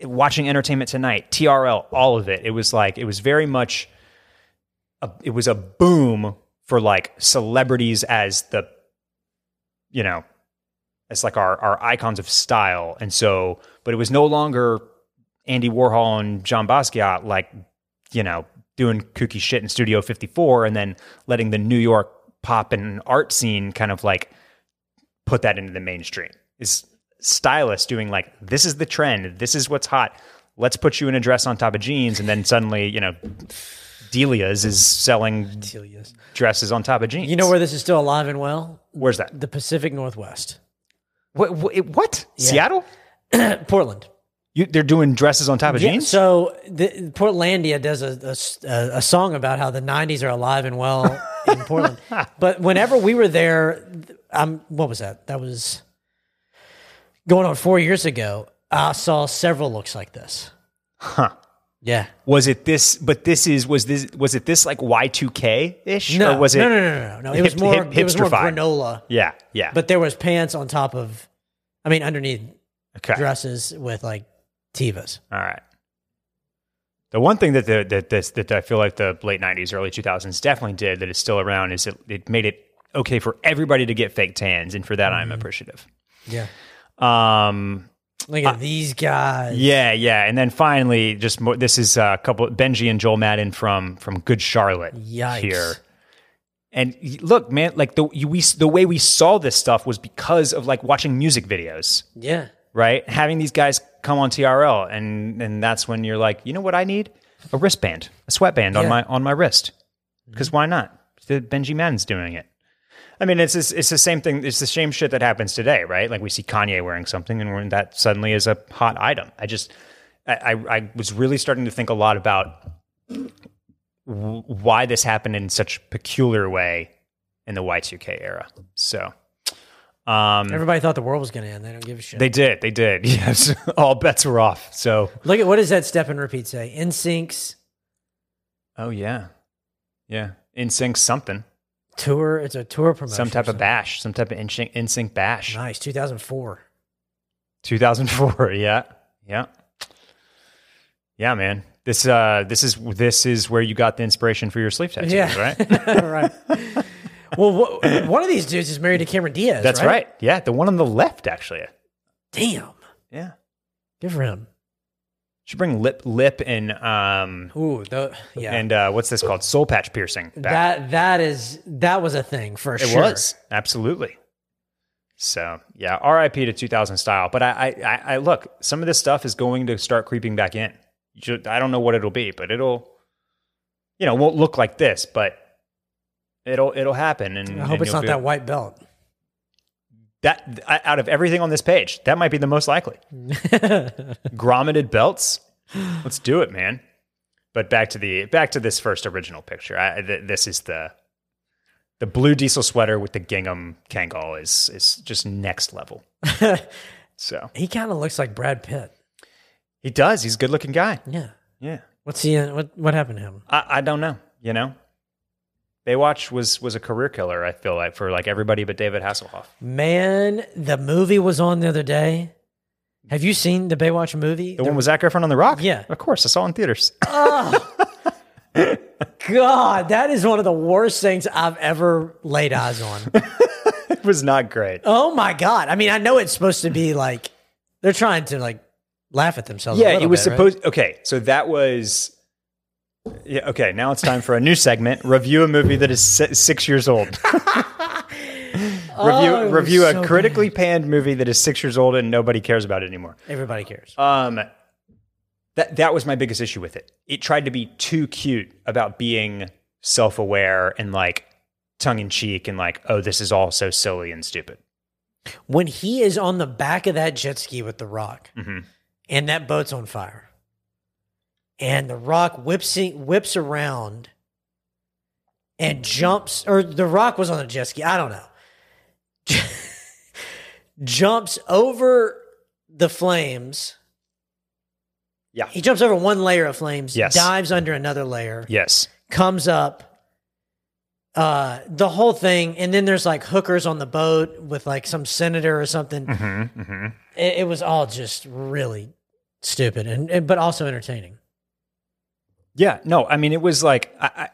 [SPEAKER 1] watching Entertainment Tonight, TRL, all of it. It was like it was very much a, it was a boom for like celebrities as the you know as like our our icons of style and so but it was no longer andy warhol and john basquiat like you know doing kooky shit in studio 54 and then letting the new york pop and art scene kind of like put that into the mainstream is stylists doing like this is the trend this is what's hot let's put you in a dress on top of jeans and then suddenly you know delia's is selling
[SPEAKER 2] Delia's.
[SPEAKER 1] dresses on top of jeans
[SPEAKER 2] You know where this is still alive and well?
[SPEAKER 1] where's that
[SPEAKER 2] The Pacific Northwest,
[SPEAKER 1] what, what? seattle
[SPEAKER 2] Portland.
[SPEAKER 1] You, they're doing dresses on top of jeans.
[SPEAKER 2] So the, Portlandia does a, a s- a- a song about how the '90s are alive and well in Portland. But whenever we were there, um, what was that? That was going on four years ago. I saw several looks like this.
[SPEAKER 1] huh?
[SPEAKER 2] Yeah.
[SPEAKER 1] Was it this? But this is was this was it this like Y two K ish?
[SPEAKER 2] No,
[SPEAKER 1] or was it?
[SPEAKER 2] no, no, no, no, no. It was
[SPEAKER 1] hip-
[SPEAKER 2] more.
[SPEAKER 1] hip-
[SPEAKER 2] it was more
[SPEAKER 1] hipster-fied?
[SPEAKER 2] granola.
[SPEAKER 1] Yeah, yeah.
[SPEAKER 2] But there was pants on top of, I mean, underneath
[SPEAKER 1] okay,
[SPEAKER 2] dresses with like tivas.
[SPEAKER 1] all right. The one thing that the that this that I feel like the late nineties, early two thousands definitely did that is still around is it it made it okay for everybody to get fake tans, and for that I'm appreciative.
[SPEAKER 2] Yeah.
[SPEAKER 1] Um,
[SPEAKER 2] Look at these guys.
[SPEAKER 1] yeah, yeah, and then finally, just more, this is a couple Benji and Joel Madden from from Good Charlotte
[SPEAKER 2] Yikes.
[SPEAKER 1] here. And y- look, man, like the you, we the way we saw this stuff was because of like watching music videos,
[SPEAKER 2] Yeah.
[SPEAKER 1] right? Having these guys come on TRL, and and that's when you're like, you know what I need? A wristband, a sweatband on
[SPEAKER 2] Yeah.
[SPEAKER 1] my on my wrist, because why not? The Benji Madden's doing it. I mean, it's this- it's the same thing. It's the same shit that happens today, right? Like we see Kanye wearing something, and we're- that suddenly is a hot item. I just I, I I was really starting to think a lot about w- why this happened in such a peculiar way in the Y2K era. So Um,
[SPEAKER 2] Everybody thought the world was going to end. They don't give a shit.
[SPEAKER 1] they did, they did. Yes, all bets were off. So
[SPEAKER 2] Look at what does that step and repeat say? In syncs
[SPEAKER 1] oh yeah, yeah. In sync something,
[SPEAKER 2] tour. It's a tour promotion.
[SPEAKER 1] some type of bash, some type of in sync bash.
[SPEAKER 2] nice 2004.
[SPEAKER 1] 2004 yeah yeah yeah man this uh this is this is where you got the inspiration for your sleeve tattoos
[SPEAKER 2] Yeah,
[SPEAKER 1] right
[SPEAKER 2] right. Well, wha- one of these dudes is married to Cameron Diaz.
[SPEAKER 1] that's right?
[SPEAKER 2] right.
[SPEAKER 1] yeah the one on the left actually
[SPEAKER 2] Damn,
[SPEAKER 1] yeah
[SPEAKER 2] good for him.
[SPEAKER 1] should bring lip lip and um
[SPEAKER 2] Ooh, the, yeah.
[SPEAKER 1] and uh what's this called soul patch piercing back.
[SPEAKER 2] that that is that was a thing for
[SPEAKER 1] it
[SPEAKER 2] sure.
[SPEAKER 1] was absolutely so yeah rip to 2000 style but I, I I- i look some of this stuff is going to start creeping back in You should- i don't know what it'll be but it'll you know it won't look like this but it'll it'll happen and
[SPEAKER 2] I hope it's not that white belt.
[SPEAKER 1] that that I- out of everything on this page that might be the most likely grommeted belts let's do it man but back to the back to this first original picture I, th- this is the the blue diesel sweater with the gingham kangal is is just next level so
[SPEAKER 2] he kind of looks like Brad Pitt.
[SPEAKER 1] he does he's a good looking guy
[SPEAKER 2] Yeah.
[SPEAKER 1] yeah
[SPEAKER 2] What's he? in- What what happened to him?
[SPEAKER 1] I, I don't know you know baywatch was was a career killer i feel like for like everybody but david hasselhoff
[SPEAKER 2] Man, the movie was on the other day. Have you seen the Baywatch movie?
[SPEAKER 1] the one with Zac Efron on the rock
[SPEAKER 2] Yeah.
[SPEAKER 1] of course i saw it in theaters
[SPEAKER 2] God, that is one of the worst things I've ever laid eyes on.
[SPEAKER 1] it was not great
[SPEAKER 2] oh my God. I mean, I know it's supposed to be like they're trying to like laugh at themselves. a
[SPEAKER 1] Yeah,
[SPEAKER 2] little
[SPEAKER 1] it was
[SPEAKER 2] bit, right?
[SPEAKER 1] supposed. Okay, so that was. Yeah. Okay. Now it's time for a new segment: review a movie that is si- six years old. review
[SPEAKER 2] Oh, it was
[SPEAKER 1] review
[SPEAKER 2] so
[SPEAKER 1] a
[SPEAKER 2] bad.
[SPEAKER 1] critically panned movie that is six years old and nobody cares about it anymore.
[SPEAKER 2] Everybody cares.
[SPEAKER 1] Um, that that was my biggest issue with it. It tried to be too cute about being self aware and like tongue in cheek and like, oh, this is all so silly and stupid.
[SPEAKER 2] when he is on the back of that jet ski with the rock
[SPEAKER 1] Mm-hmm.
[SPEAKER 2] and that boat's on fire and the rock whips whips around and jumps or the rock was on the jet ski i don't know jumps over the flames.
[SPEAKER 1] Yeah.
[SPEAKER 2] He jumps over one layer of flames,
[SPEAKER 1] Yes.
[SPEAKER 2] dives under another layer,
[SPEAKER 1] Yes.
[SPEAKER 2] comes up. Uh, the whole thing, and then there's like hookers on the boat with like some senator or something.
[SPEAKER 1] Mm-hmm, mm-hmm.
[SPEAKER 2] It, it was all just really stupid, and, and but also entertaining.
[SPEAKER 1] Yeah. No, I mean, it was like I, I,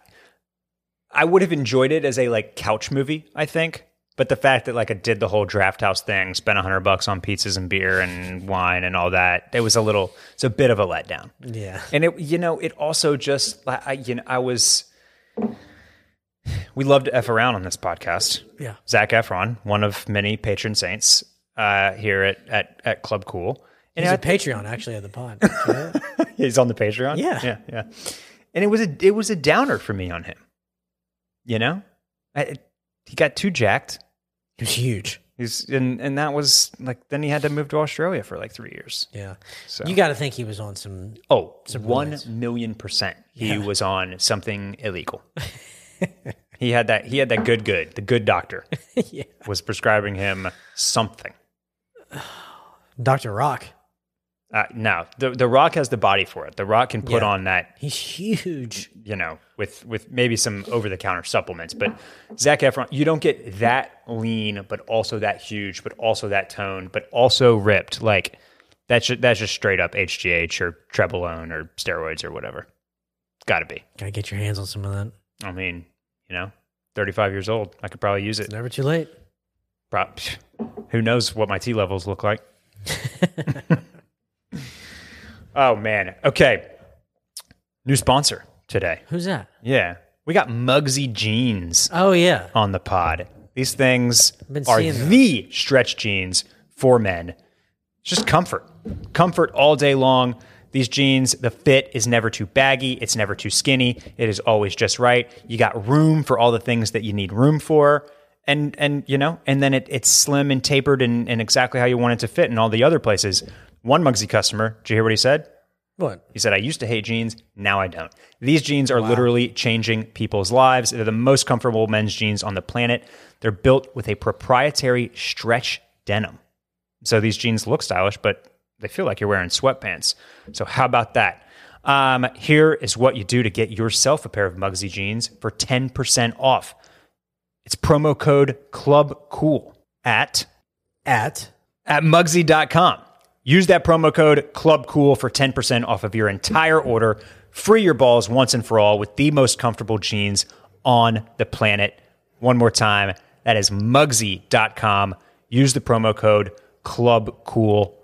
[SPEAKER 1] I would have enjoyed it as a like couch movie. I think, but the fact that like I did the whole draft house thing, spent a hundred bucks on pizzas and beer and wine and all that, it was a little. It's a bit of a letdown.
[SPEAKER 2] Yeah,
[SPEAKER 1] And it, you know, it also just, I, I- you know, I was, we love to F around on this podcast.
[SPEAKER 2] yeah,
[SPEAKER 1] Zach Efron, one of many patron saints uh, here at, at, at Club Cool. And
[SPEAKER 2] he's
[SPEAKER 1] I-
[SPEAKER 2] a Patreon actually of the pod.
[SPEAKER 1] he's on the Patreon.
[SPEAKER 2] Yeah.
[SPEAKER 1] Yeah. Yeah. And it was a, it was a downer for me on him. You know, I, it- he got too jacked.
[SPEAKER 2] He was huge.
[SPEAKER 1] He's, and, and that was like, then he had to move to Australia for like three years.
[SPEAKER 2] Yeah,
[SPEAKER 1] So.
[SPEAKER 2] you got to think he was on some.
[SPEAKER 1] Oh,
[SPEAKER 2] Some
[SPEAKER 1] one
[SPEAKER 2] roommates.
[SPEAKER 1] million percent. He
[SPEAKER 2] Yeah.
[SPEAKER 1] was on something illegal. he had that. He had that good, good. The good doctor
[SPEAKER 2] yeah,
[SPEAKER 1] was prescribing him something.
[SPEAKER 2] Doctor Rock.
[SPEAKER 1] Uh, now, the the Rock has the body for it. The Rock can put
[SPEAKER 2] Yeah.
[SPEAKER 1] on that,
[SPEAKER 2] He's huge.
[SPEAKER 1] you know, with with maybe some over the counter supplements. But Zach Efron, you don't get that lean, but also that huge, but also that toned, but also ripped. Like that's just, that's just straight up HGH or trebolone or steroids or whatever. Got to be.
[SPEAKER 2] Gotta get your hands on some of that.
[SPEAKER 1] I mean, you know, 35 years old, I could probably use it.
[SPEAKER 2] It's never too late.
[SPEAKER 1] Pro- pff, Who knows what my T levels look like? oh, man. Okay. New sponsor today.
[SPEAKER 2] Who's that?
[SPEAKER 1] Yeah. We got Mugsy Jeans
[SPEAKER 2] Oh yeah,
[SPEAKER 1] on the pod. These things
[SPEAKER 2] been
[SPEAKER 1] are
[SPEAKER 2] seeing them.
[SPEAKER 1] the stretch jeans for men. It's just comfort, comfort all day long. These jeans, the fit is never too baggy, it's never too skinny, it is always just right. You got room for all the things that you need room for. And and you know, and then it, it's slim and tapered and, and exactly how you want it to fit in all the other places. One Mugsy customer, did you hear what he said?
[SPEAKER 2] what?
[SPEAKER 1] He said, I used to hate jeans. Now I don't. These jeans are literally changing people's lives. They're the most comfortable men's jeans on the planet. They're built with a proprietary stretch denim. So these jeans look stylish, but they feel like you're wearing sweatpants. So how about that? Um, here is what you do to get yourself a pair of Mugsy jeans for 10% off. It's promo code CLUBCOOL at
[SPEAKER 2] At
[SPEAKER 1] at mugsy.com. Use that promo code CLUBCOOL for 10% off of your entire order. Free your balls once and for all with the most comfortable jeans on the planet. One more time, that is mugsy.com. Use the promo code CLUBCOOL.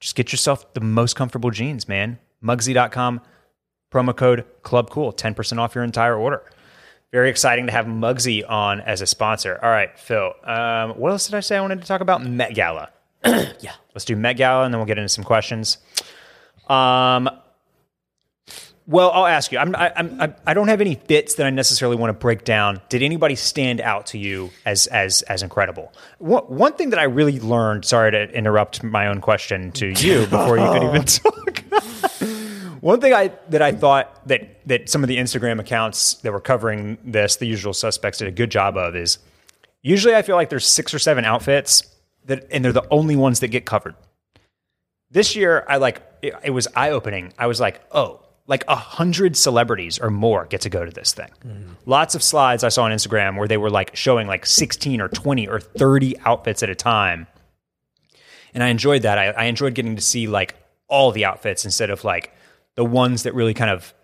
[SPEAKER 1] Just get yourself the most comfortable jeans, man. Mugsy.com, promo code CLUBCOOL, 10% off your entire order. Very exciting to have Mugsy on as a sponsor. All right, Phil, um, what else did I say I wanted to talk about? Met Gala.
[SPEAKER 2] yeah.
[SPEAKER 1] Let's do Met Gala and then we'll get into some questions. Um, well, I'll ask you. I'm, I, I'm, I- I don't have any bits that I necessarily want to break down. Did anybody stand out to you as as as incredible? One, one thing that I really learned. Sorry to interrupt my own question to you before you could even talk. one thing I that I thought that that some of the Instagram accounts that were covering this, the usual suspects, did a good job of is usually I feel like there's six or seven outfits that, and they're the only ones that get covered this year i like it, it was eye-opening i was like oh like a hundred celebrities or more get to go to this thing lots of slides i saw on instagram where they were like showing like 16 or 20 or 30 outfits at a time and i enjoyed that i, I enjoyed getting to see like all the outfits instead of like the ones that really kind of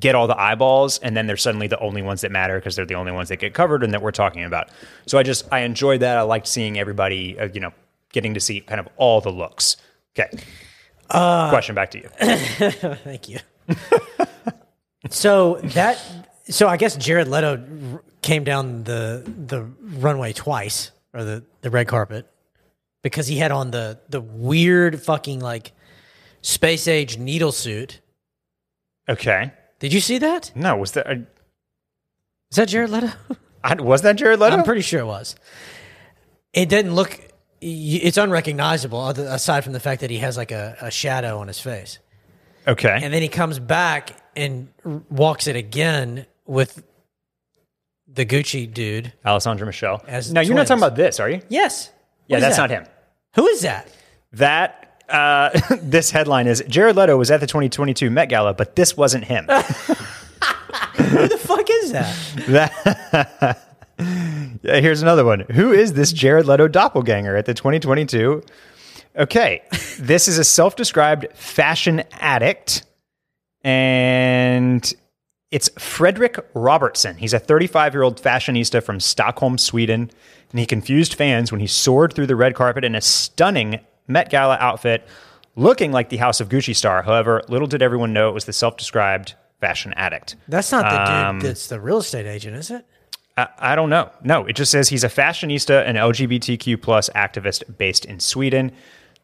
[SPEAKER 1] get all the eyeballs and then they're suddenly the only ones that matter because they're the only ones that get covered and that we're talking about so i just i enjoyed that i liked seeing everybody uh, you know getting to see kind of all the looks okay
[SPEAKER 2] Uh,
[SPEAKER 1] question back to you.
[SPEAKER 2] Thank you. so that so I guess Jared Leto r- came down the the runway twice or the the red carpet because he had on the the weird fucking like space age needle suit.
[SPEAKER 1] Okay.
[SPEAKER 2] Did you see that?
[SPEAKER 1] No, was that I,
[SPEAKER 2] Is that Jared Leto?
[SPEAKER 1] I- was that Jared Leto?
[SPEAKER 2] I'm pretty sure it was. It didn't look. y- It's unrecognizable other, aside from the fact that he has like a, a shadow on his face.
[SPEAKER 1] okay.
[SPEAKER 2] and then he comes back and r- walks it again with the Gucci dude.
[SPEAKER 1] Alessandra Michelle.
[SPEAKER 2] As
[SPEAKER 1] now you're not
[SPEAKER 2] twins.
[SPEAKER 1] talking about this, are you?
[SPEAKER 2] Yes,
[SPEAKER 1] Yeah,
[SPEAKER 2] is
[SPEAKER 1] that's
[SPEAKER 2] that?
[SPEAKER 1] not him.
[SPEAKER 2] Who is that?
[SPEAKER 1] That uh, this headline is Jared Leto was at the 2022 Met Gala, but this wasn't him.
[SPEAKER 2] Who the fuck is that?
[SPEAKER 1] Yeah, Here's another one. Who is this Jared Leto doppelganger at the 2022? Okay, this is a self-described fashion addict, and it's Frederick Robertson. He's a 35-year-old fashionista from Stockholm, Sweden, and he confused fans when he soared through the red carpet in a stunning Met Gala outfit, looking like the House of Gucci star. However, little did everyone know it was the self-described fashion addict.
[SPEAKER 2] That's not the
[SPEAKER 1] Um,
[SPEAKER 2] dude that's the real estate agent, is it?
[SPEAKER 1] I, I don't know. No, it just says he's a fashionista and LGBTQ plus activist based in Sweden.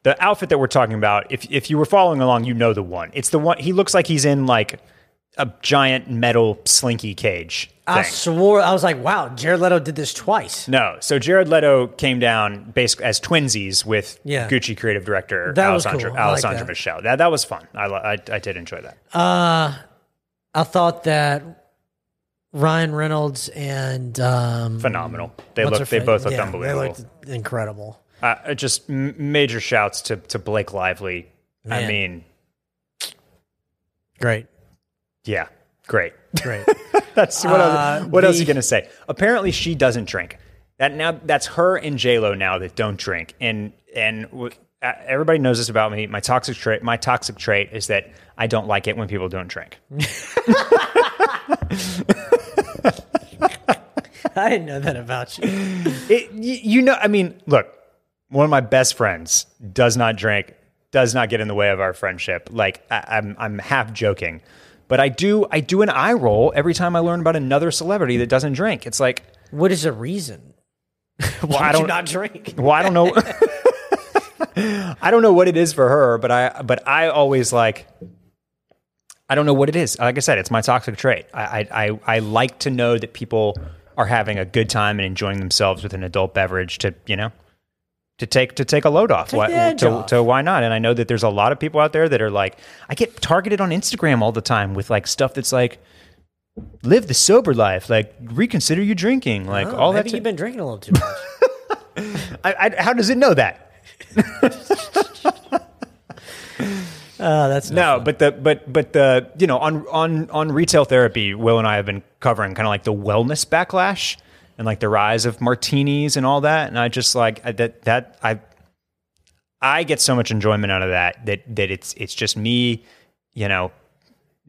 [SPEAKER 1] The outfit that we're talking about, if if you were following along, you know the one. It's the one he looks like he's in like a giant metal slinky cage.
[SPEAKER 2] I
[SPEAKER 1] thing.
[SPEAKER 2] swore I was like, wow, Jared Leto did this twice.
[SPEAKER 1] No, so Jared Leto came down basically as twinsies with
[SPEAKER 2] Yeah.
[SPEAKER 1] Gucci creative director
[SPEAKER 2] That was
[SPEAKER 1] Alessandro,
[SPEAKER 2] cool. I like
[SPEAKER 1] Alessandro
[SPEAKER 2] that. Mm.
[SPEAKER 1] Michele. That that was fun. I, lo- I I did enjoy that.
[SPEAKER 2] Uh, I thought that Ryan Reynolds and um,
[SPEAKER 1] Phenomenal. They
[SPEAKER 2] what's her
[SPEAKER 1] look. They
[SPEAKER 2] fa-
[SPEAKER 1] both looked
[SPEAKER 2] yeah,
[SPEAKER 1] unbelievable.
[SPEAKER 2] They looked incredible.
[SPEAKER 1] Uh, just m- major shouts to to Blake Lively. I
[SPEAKER 2] Man.
[SPEAKER 1] mean,
[SPEAKER 2] Great,
[SPEAKER 1] yeah, great.
[SPEAKER 2] great.
[SPEAKER 1] That's what, else,
[SPEAKER 2] Uh,
[SPEAKER 1] what else are you
[SPEAKER 2] the-
[SPEAKER 1] gonna say? Apparently, she doesn't drink. That now that's her and J Lo now that don't drink. And and w- uh, everybody knows this about me. My toxic trait. My toxic trait is that I don't like it when people don't drink.
[SPEAKER 2] I didn't know that about you.
[SPEAKER 1] It, y- you know, I mean, look, one of my best friends does not drink, does not get in the way of our friendship. Like I, I'm, I'm half joking, but I do, I do an eye roll every time I learn about another celebrity that doesn't drink. It's like,
[SPEAKER 2] What is the reason?
[SPEAKER 1] well, I
[SPEAKER 2] Why
[SPEAKER 1] don't,
[SPEAKER 2] you not drink?
[SPEAKER 1] well, I don't know. I don't know what it is for her, but I, but I always like. I don't know what it is. Like I said, it's my toxic trait. I, I, I, I like to know that people are having a good time and enjoying themselves with an adult beverage to, you know, to take to take a load off. Why-
[SPEAKER 2] the edge
[SPEAKER 1] to,
[SPEAKER 2] off.
[SPEAKER 1] to why not? And I know that there's a lot of people out there that are like, I get targeted on Instagram all the time with like stuff that's like, live the sober life, like reconsider you drinking, like
[SPEAKER 2] Oh,
[SPEAKER 1] all that.
[SPEAKER 2] maybe
[SPEAKER 1] ti-
[SPEAKER 2] you've been drinking a little too much.
[SPEAKER 1] I, I, how does it know that?
[SPEAKER 2] Oh, that's
[SPEAKER 1] No, but the but but the you know on on on retail therapy, Will and I have been covering kind of like the wellness backlash and like the rise of martinis and all that, and I just like I, that that I I get so much enjoyment out of that that that it's it's just me, you know,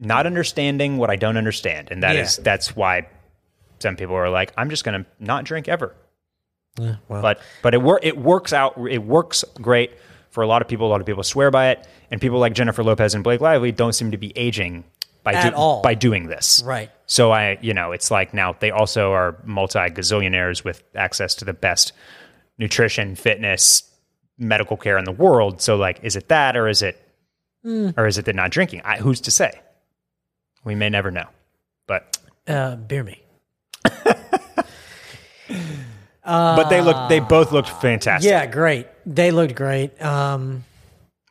[SPEAKER 1] not understanding what I don't understand, and that is
[SPEAKER 2] Yeah.
[SPEAKER 1] that's why some people are like I'm just going to not drink ever,
[SPEAKER 2] Yeah, well,
[SPEAKER 1] but but it wor- it works out it works great for a lot of people a lot of people swear by it and people like Jennifer Lopez and Blake Lively don't seem to be aging by
[SPEAKER 2] At
[SPEAKER 1] do-
[SPEAKER 2] all.
[SPEAKER 1] by doing this
[SPEAKER 2] Right.
[SPEAKER 1] so I you know it's like now they also are multi gazillionaires with access to the best nutrition fitness medical care in the world so like is it that or is it
[SPEAKER 2] Hmm.
[SPEAKER 1] or is it the not drinking I, who's to say we may never know but
[SPEAKER 2] uh, beer me.
[SPEAKER 1] but they look
[SPEAKER 2] Ah.
[SPEAKER 1] they both looked fantastic
[SPEAKER 2] Yeah, great. They looked great. Um,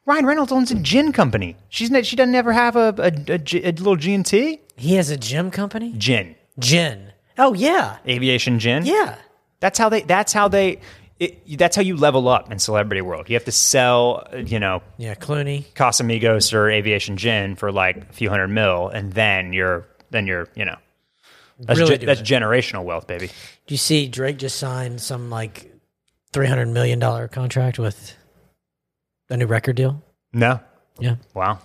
[SPEAKER 1] Ryan Reynolds owns a gin company. She's ne- she doesn't ever have a, a, a g- a little G and T.
[SPEAKER 2] he has a gym company.
[SPEAKER 1] Gin,
[SPEAKER 2] Gin. Oh yeah,
[SPEAKER 1] aviation gin.
[SPEAKER 2] yeah.
[SPEAKER 1] that's how they. That's how they. It, that's how you level up in celebrity world. You have to sell, uh, you know,
[SPEAKER 2] Yeah, Clooney.
[SPEAKER 1] Casamigos or aviation gin for like a few hundred mil, and then you're then you're you know that's
[SPEAKER 2] Really
[SPEAKER 1] ge-
[SPEAKER 2] doing
[SPEAKER 1] that's
[SPEAKER 2] it.
[SPEAKER 1] generational wealth, baby.
[SPEAKER 2] Do you see Drake just signed some like three hundred million dollar contract with a new record deal?
[SPEAKER 1] No,
[SPEAKER 2] Yeah.
[SPEAKER 1] wow.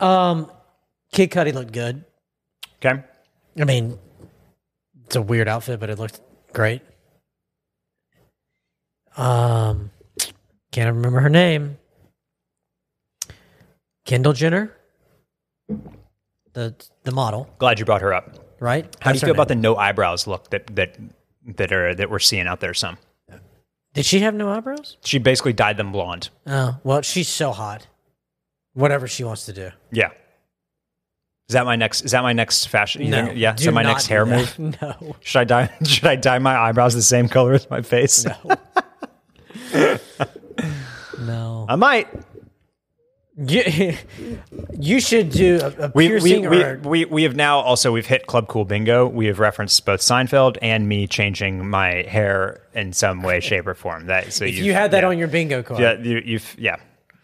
[SPEAKER 2] Um, Kid Cudi looked good.
[SPEAKER 1] Okay,
[SPEAKER 2] I mean, it's a weird outfit, but it looked great. Um, can't remember her name. Kendall Jenner, the the model,
[SPEAKER 1] glad you brought her up.
[SPEAKER 2] right?
[SPEAKER 1] How do you feel about the no eyebrows look that that that are that we're seeing out there? Some
[SPEAKER 2] Did she have no eyebrows?
[SPEAKER 1] she basically dyed them blonde.
[SPEAKER 2] Oh, well, she's so hot. Whatever she wants to do.
[SPEAKER 1] Yeah. Is that my next? Is that my next fashion? you think- yeah. Is that
[SPEAKER 2] do
[SPEAKER 1] my
[SPEAKER 2] not
[SPEAKER 1] next
[SPEAKER 2] do
[SPEAKER 1] hair
[SPEAKER 2] that.
[SPEAKER 1] move?
[SPEAKER 2] No.
[SPEAKER 1] Should I dye? Should I dye my eyebrows the same color as my face?
[SPEAKER 2] No.
[SPEAKER 1] I might.
[SPEAKER 2] You, you should do a, a
[SPEAKER 1] We, we,
[SPEAKER 2] piercing
[SPEAKER 1] we,
[SPEAKER 2] or
[SPEAKER 1] we, we have now also we've hit Club Cool Bingo. We have referenced both Seinfeld and me changing my hair in some way, shape, or form. That so
[SPEAKER 2] if you had that
[SPEAKER 1] yeah.
[SPEAKER 2] on your bingo card.
[SPEAKER 1] yeah you, you've yeah,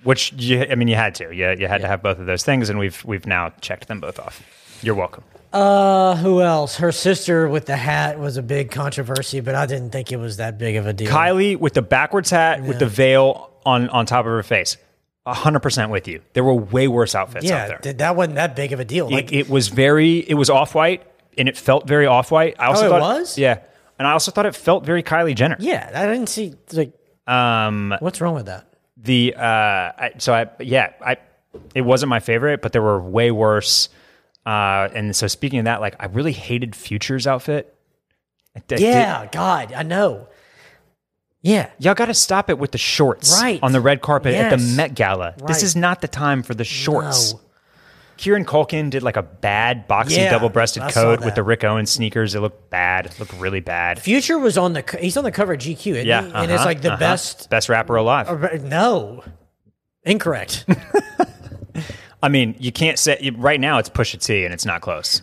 [SPEAKER 1] which you, I mean you had to yeah you had to have both of those things, and we've we've now checked them both off. You're welcome.
[SPEAKER 2] Uh, who else? Her sister with the hat was a big controversy, but I didn't think it was that big of a deal.
[SPEAKER 1] Kylie with the backwards hat with the veil on on top of her face. hundred percent with you. There were way worse outfits out
[SPEAKER 2] yeah,
[SPEAKER 1] there.
[SPEAKER 2] th- that wasn't that big of a deal. Like
[SPEAKER 1] it, it was very it was off white and it felt very off white. I also
[SPEAKER 2] Oh, it
[SPEAKER 1] thought
[SPEAKER 2] was?
[SPEAKER 1] yeah, and I also thought it felt very Kylie Jenner.
[SPEAKER 2] Yeah, I didn't see like um what's wrong with that?
[SPEAKER 1] The uh, I, so I yeah I it wasn't my favorite, but there were way worse. Uh, and so speaking of that, like I really hated Future's outfit. I d- I did-
[SPEAKER 2] Yeah, God, I know. Yeah.
[SPEAKER 1] Y'all got to stop it with the shorts
[SPEAKER 2] Right.
[SPEAKER 1] on the red carpet at the
[SPEAKER 2] Yes.
[SPEAKER 1] Met Gala.
[SPEAKER 2] Right.
[SPEAKER 1] This is not the time for the shorts.
[SPEAKER 2] No.
[SPEAKER 1] Kieran Culkin did like a bad boxy
[SPEAKER 2] Yeah,
[SPEAKER 1] double-breasted
[SPEAKER 2] I saw
[SPEAKER 1] coat with
[SPEAKER 2] that.
[SPEAKER 1] the Rick Owens sneakers. It looked bad. It looked really bad.
[SPEAKER 2] Future was on the co- he's on the cover of GQ, isn't
[SPEAKER 1] Yeah,
[SPEAKER 2] he? and it's
[SPEAKER 1] uh-huh,
[SPEAKER 2] like the
[SPEAKER 1] uh-huh.
[SPEAKER 2] best. Oh.
[SPEAKER 1] best rapper alive.
[SPEAKER 2] No, incorrect.
[SPEAKER 1] I mean, you can't say you- right now it's Pusha T and it's not close.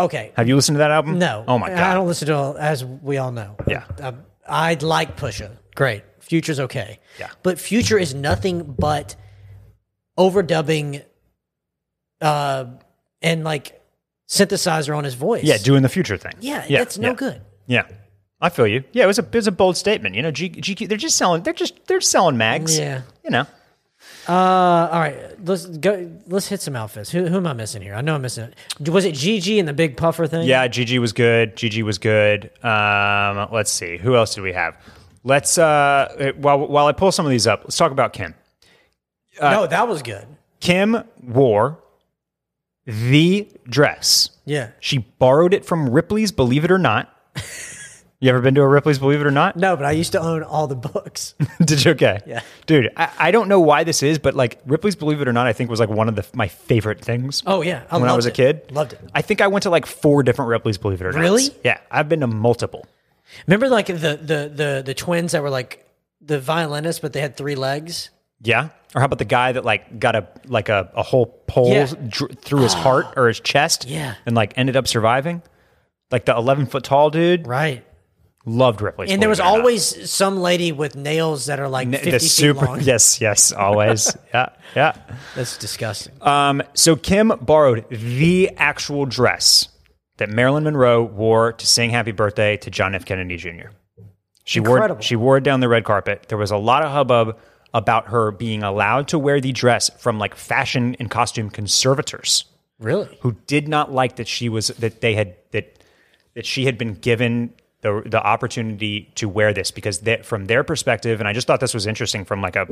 [SPEAKER 2] okay,
[SPEAKER 1] Have you listened to that album?
[SPEAKER 2] no.
[SPEAKER 1] Oh my
[SPEAKER 2] I
[SPEAKER 1] god.
[SPEAKER 2] don't listen to all, as we all know.
[SPEAKER 1] Yeah.
[SPEAKER 2] Um, I'd like Pusha. Great, Future's okay.
[SPEAKER 1] Yeah.
[SPEAKER 2] but Future is nothing but overdubbing, uh, and like synthesizer on his voice.
[SPEAKER 1] Yeah, doing the future thing.
[SPEAKER 2] yeah,
[SPEAKER 1] yeah
[SPEAKER 2] that's no
[SPEAKER 1] yeah,
[SPEAKER 2] good.
[SPEAKER 1] Yeah. I feel you. Yeah, it was a it was a bold statement. You know, G, GQ they're just selling they're just they're selling mags.
[SPEAKER 2] Yeah.
[SPEAKER 1] You know.
[SPEAKER 2] Uh, all right, let's go. Let's hit some outfits. Who, who am I missing here? I know I'm missing. It. Was it Gigi and the big puffer thing?
[SPEAKER 1] Yeah, Gigi was good. Gigi was good. Um, let's see. Who else did we have? Let's uh while while I pull some of these up, let's talk about Kim.
[SPEAKER 2] no, that was good.
[SPEAKER 1] Kim wore the dress
[SPEAKER 2] Yeah.
[SPEAKER 1] She borrowed it from Ripley's Believe It or Not. you ever been to a Ripley's Believe It or Not?
[SPEAKER 2] No, but I used to own all the books.
[SPEAKER 1] Did you okay?
[SPEAKER 2] Yeah.
[SPEAKER 1] Dude, I, I don't know why this is, but like Ripley's Believe It or Not, I think was like one of the, my favorite things.
[SPEAKER 2] Oh yeah, I
[SPEAKER 1] when I
[SPEAKER 2] loved
[SPEAKER 1] was a
[SPEAKER 2] it.
[SPEAKER 1] kid,
[SPEAKER 2] loved it.
[SPEAKER 1] I think I went to like four different Ripley's Believe It or Not.
[SPEAKER 2] Really?
[SPEAKER 1] Yeah, I've been to multiple.
[SPEAKER 2] Remember, like the the the the twins that were like the violinists, but they had three legs.
[SPEAKER 1] Yeah. Or how about the guy that like got a like a, a whole pole
[SPEAKER 2] Yeah.
[SPEAKER 1] dr- through his heart or his chest?
[SPEAKER 2] Yeah.
[SPEAKER 1] and like ended up surviving. Like the eleven foot tall dude
[SPEAKER 2] Right.
[SPEAKER 1] loved Ripley's.
[SPEAKER 2] And there
[SPEAKER 1] Believe
[SPEAKER 2] was
[SPEAKER 1] It or Not.
[SPEAKER 2] always some lady with nails that are like
[SPEAKER 1] N-
[SPEAKER 2] fifty
[SPEAKER 1] the
[SPEAKER 2] feet
[SPEAKER 1] super
[SPEAKER 2] long.
[SPEAKER 1] yes yes always yeah yeah.
[SPEAKER 2] That's disgusting.
[SPEAKER 1] Um, so Kim borrowed the actual dress that Marilyn Monroe wore to sing "Happy Birthday" to John F. Kennedy Jr. She wore
[SPEAKER 2] Incredible.
[SPEAKER 1] she wore it down the red carpet. There was a lot of hubbub about her being allowed to wear the dress from like fashion and costume conservators
[SPEAKER 2] really?
[SPEAKER 1] who did not like that she was that they had that that she had been given the the opportunity to wear this because that from their perspective and I just thought this was interesting from like a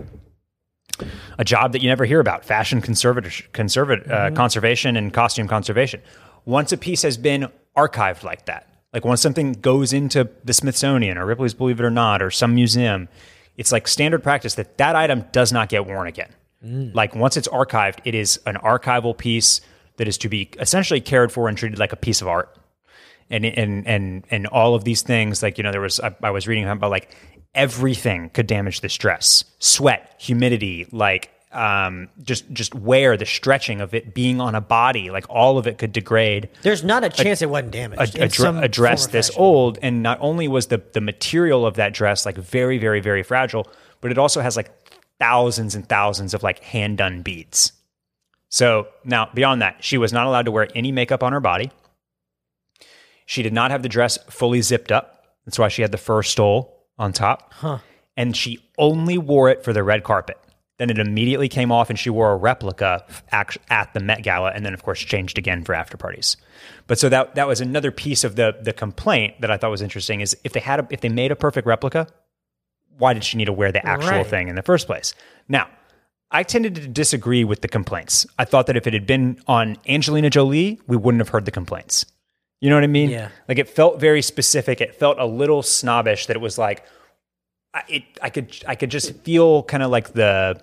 [SPEAKER 1] a job that you never hear about fashion conservatorship conservat uh, conservation and costume conservation once a piece has been archived like that like once something goes into the Smithsonian or Ripley's Believe It or Not or some museum it's like standard practice that that item does not get worn again like once it's archived it is an archival piece that is to be essentially cared for and treated like a piece of art and and and and all of these things like you know there was I, I was reading about like everything could damage this dress sweat humidity like um just just wear the stretching of it being on a body like all of it could degrade
[SPEAKER 2] There's not a chance it wasn't damaged.
[SPEAKER 1] a,
[SPEAKER 2] in
[SPEAKER 1] dre-
[SPEAKER 2] some
[SPEAKER 1] a dress
[SPEAKER 2] form or
[SPEAKER 1] this
[SPEAKER 2] fashion.
[SPEAKER 1] old and not only was the the material of that dress like very very very fragile but it also has like thousands and thousands of like hand done beads so now beyond that she was not allowed to wear any makeup on her body she did not have the dress fully zipped up that's why she had the fur stole on top and she only wore it for the red carpet then it immediately came off and she wore a replica act- at the Met Gala and then of course changed again for after parties. But so that that was another piece of the the complaint that I thought was interesting is if they had a, if they made a perfect replica why did she need to wear the actual
[SPEAKER 2] Right.
[SPEAKER 1] thing in the first place? Now, I tended to disagree with the complaints. I thought that if it had been on Angelina Jolie, we wouldn't have heard the complaints. You know what I mean?
[SPEAKER 2] Yeah.
[SPEAKER 1] Like it felt very specific. It felt a little snobbish that it was like I- it I could I could just feel kind of like the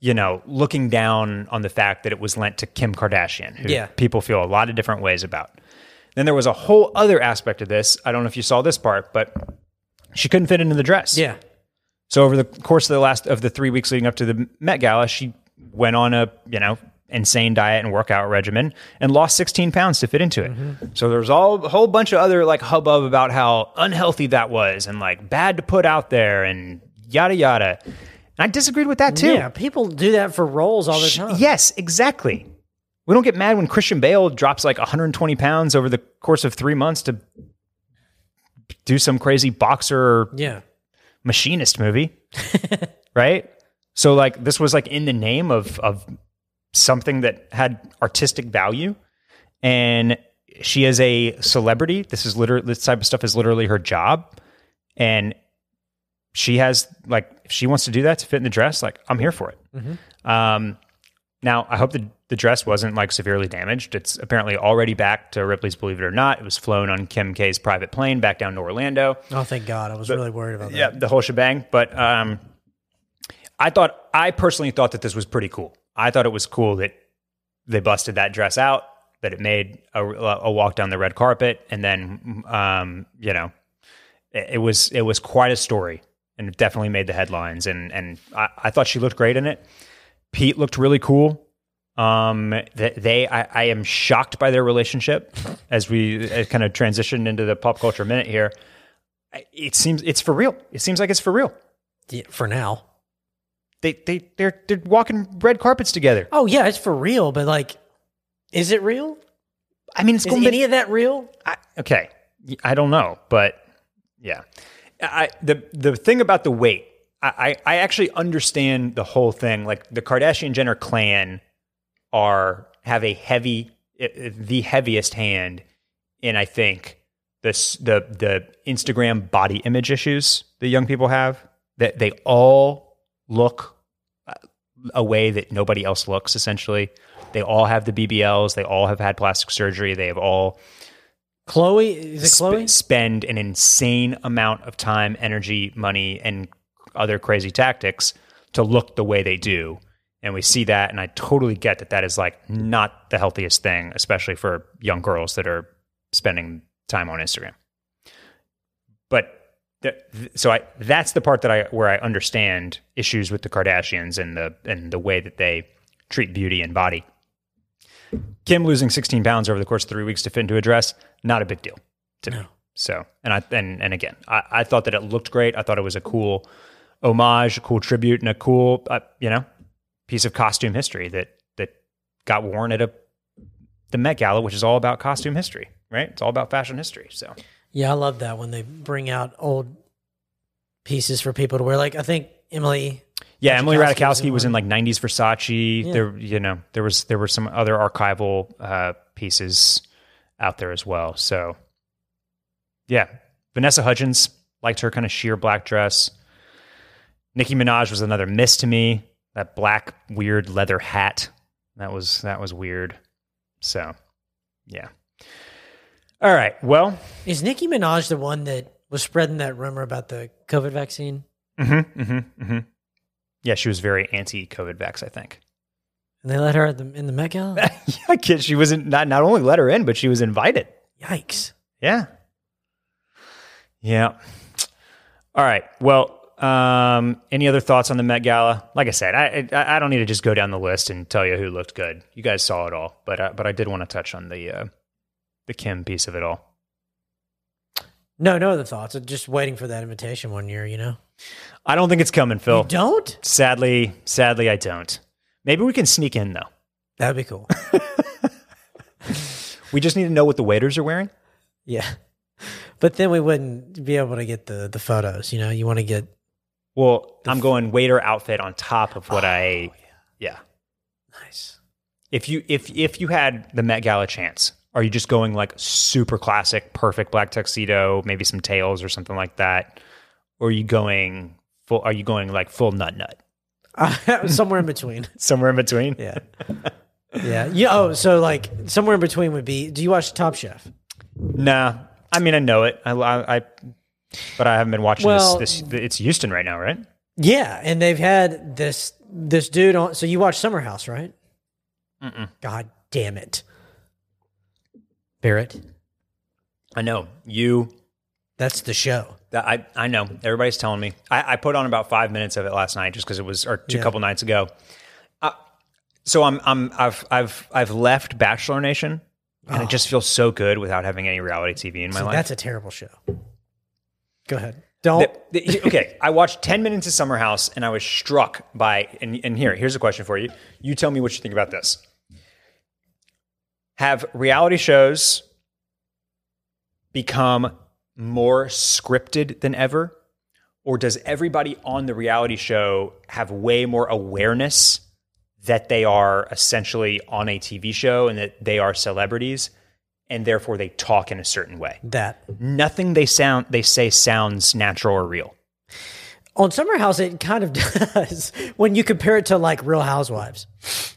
[SPEAKER 1] you know looking down on the fact that it was lent to Kim Kardashian, who
[SPEAKER 2] Yeah.
[SPEAKER 1] people feel a lot of different ways about. Then there was a whole other aspect of this. I don't know if you saw this part, but she couldn't fit into the dress.
[SPEAKER 2] Yeah.
[SPEAKER 1] So over the course of the last of the three weeks leading up to the Met Gala, she went on a you know insane diet and workout regimen and lost 16 pounds to fit into it. So there's all a whole bunch of other like hubbub about how unhealthy that was and like bad to put out there and yada yada. And I disagreed with that too.
[SPEAKER 2] Yeah, people do that for roles all the time.
[SPEAKER 1] Yes, exactly. We don't get mad when Christian Bale drops like 120 pounds over the course of three months to do some crazy boxer or
[SPEAKER 2] Yeah.
[SPEAKER 1] machinist movie, right? So like this was like in the name of of something that had artistic value, and she is a celebrity. This is literally this type of stuff is literally her job, and she has like if she wants to do that to fit in the dress, like I'm here for it. Um, now I hope the the dress wasn't like severely damaged. It's apparently already back to Ripley's Believe It or Not. It was flown on Kim K's private plane back down to Orlando
[SPEAKER 2] Oh, thank God. I was really worried about that.
[SPEAKER 1] yeah, the whole shebang. But um, I thought, I personally thought that this was pretty cool. I thought it was cool that they busted that dress out, that it made a, a walk down the red carpet, and then um, you know, it, it was it was quite a story, and it definitely made the headlines. And and I, I thought she looked great in it. Pete looked really cool. Um, th- they, I, I am shocked by their relationship as we uh, kind of transitioned into the pop culture minute here it seems it's for real. It seems like it's for real.
[SPEAKER 2] Yeah, For now.
[SPEAKER 1] They they they're they're walking red carpets together.
[SPEAKER 2] Oh, yeah, it's for real, but like, is it real?
[SPEAKER 1] I mean, it's
[SPEAKER 2] Is
[SPEAKER 1] going to
[SPEAKER 2] any
[SPEAKER 1] be
[SPEAKER 2] of that real?
[SPEAKER 1] I, okay. I don't know, but yeah. I the the thing about the weight, I, I I actually understand the whole thing. Like the Kardashian Jenner clan are have a heavy i- i- the heaviest hand in I think this the the Instagram body image issues that young people have that they all look uh, a way that nobody else looks essentially they all have the BBLs they all have had plastic surgery they have all
[SPEAKER 2] Chloe? Is it
[SPEAKER 1] sp-
[SPEAKER 2] Chloe?
[SPEAKER 1] spend an insane amount of time, energy, money, and other crazy tactics to look the way they do. And we see that, and I totally get that that is like not the healthiest thing, especially for young girls that are spending time on Instagram. But th- th- so I that's the part that I where I understand issues with the Kardashians and the and the way that they treat beauty and body. Kim losing 16 pounds over the course of three weeks to fit into a dress, not a big deal to me. So, and I and and again, I, I thought that it looked great. I thought it was a cool homage, a cool tribute, and a cool uh, you know piece of costume history that that got worn at a the Met Gala, which is all about costume history, right? It's all about fashion history. So,
[SPEAKER 2] Yeah, I love that when they bring out old pieces for people to wear. Like, I think Emily.
[SPEAKER 1] yeah, Emily
[SPEAKER 2] Ratajkowski was
[SPEAKER 1] Ratajkowski
[SPEAKER 2] in
[SPEAKER 1] was in like '90s Versace.
[SPEAKER 2] Yeah.
[SPEAKER 1] There, you know, there was there were some other archival uh, pieces out there as well. So, yeah, Vanessa Hudgens liked her kind of sheer black dress. Nicki Minaj was another miss to me. That black weird leather hat that was that was weird. So, yeah. All right. Well,
[SPEAKER 2] Is Nicki Minaj the one that was spreading that rumor about the COVID vaccine?
[SPEAKER 1] mm-hmm, mm-hmm, mm-hmm. yeah, she was very anti-COVID vax. I think.
[SPEAKER 2] And they let her at the, in the Met Gala?
[SPEAKER 1] yeah, kid, she wasn't not not only let her in, but she was invited.
[SPEAKER 2] Yikes.
[SPEAKER 1] Yeah. Yeah. All right. Well, um, any other thoughts on the Met Gala? Like I said, I, I I don't need to just go down the list and tell you who looked good. You guys saw it all, but uh, but I did want to touch on the uh, the Kim piece of it all.
[SPEAKER 2] No, no other thoughts. I'm just waiting for that invitation one year, you know?
[SPEAKER 1] I don't think it's coming,
[SPEAKER 2] You
[SPEAKER 1] Phil.
[SPEAKER 2] don't?
[SPEAKER 1] Sadly, sadly, I don't. Maybe we can sneak in though.
[SPEAKER 2] That'd be cool.
[SPEAKER 1] We just need to know what the waiters are wearing.
[SPEAKER 2] yeah. But then we wouldn't be able to get the, the photos, you know? You want to get
[SPEAKER 1] Well, I'm going waiter outfit on top of what I yeah.
[SPEAKER 2] nice.
[SPEAKER 1] if you if if you had the Met Gala chance, are you just going like super classic, perfect black tuxedo, maybe some tails or something like that, or are you going full? Are you going like full nut nut?
[SPEAKER 2] somewhere in between.
[SPEAKER 1] Somewhere in between.
[SPEAKER 2] Yeah. Yeah. Yeah. Oh, so like somewhere in between would be. Do you watch Top Chef?
[SPEAKER 1] Nah, I mean I know it. I I, I but I haven't been watching
[SPEAKER 2] Well-
[SPEAKER 1] this, this. It's Houston right now, right?
[SPEAKER 2] Yeah, and they've had this this dude on. So you watch Summer House, right? God damn it, Barrett.
[SPEAKER 1] I know you.
[SPEAKER 2] That's the show.
[SPEAKER 1] that- I I know everybody's telling me. I, I put on about five minutes of it last night just because it was or two
[SPEAKER 2] Yeah.
[SPEAKER 1] couple nights ago. I Uh, So I'm I'm I've I've I've left Bachelor Nation, and it just feels so good without having any reality TV in my
[SPEAKER 2] So
[SPEAKER 1] life.
[SPEAKER 2] Ah. that's a terrible show. Go ahead. Don't.
[SPEAKER 1] The- the- okay, I watched 10 minutes of Summer House and I was struck by, and, and here, here's a question for you. You tell me what you think about this. Have reality shows become more scripted than ever? Or does everybody on the reality show have way more awareness that they are essentially on a TV show and that they are celebrities and therefore they talk in a certain way?
[SPEAKER 2] that
[SPEAKER 1] nothing they sound they say sounds natural or real.
[SPEAKER 2] on Summer House, it kind of does when you compare it to like Real Housewives.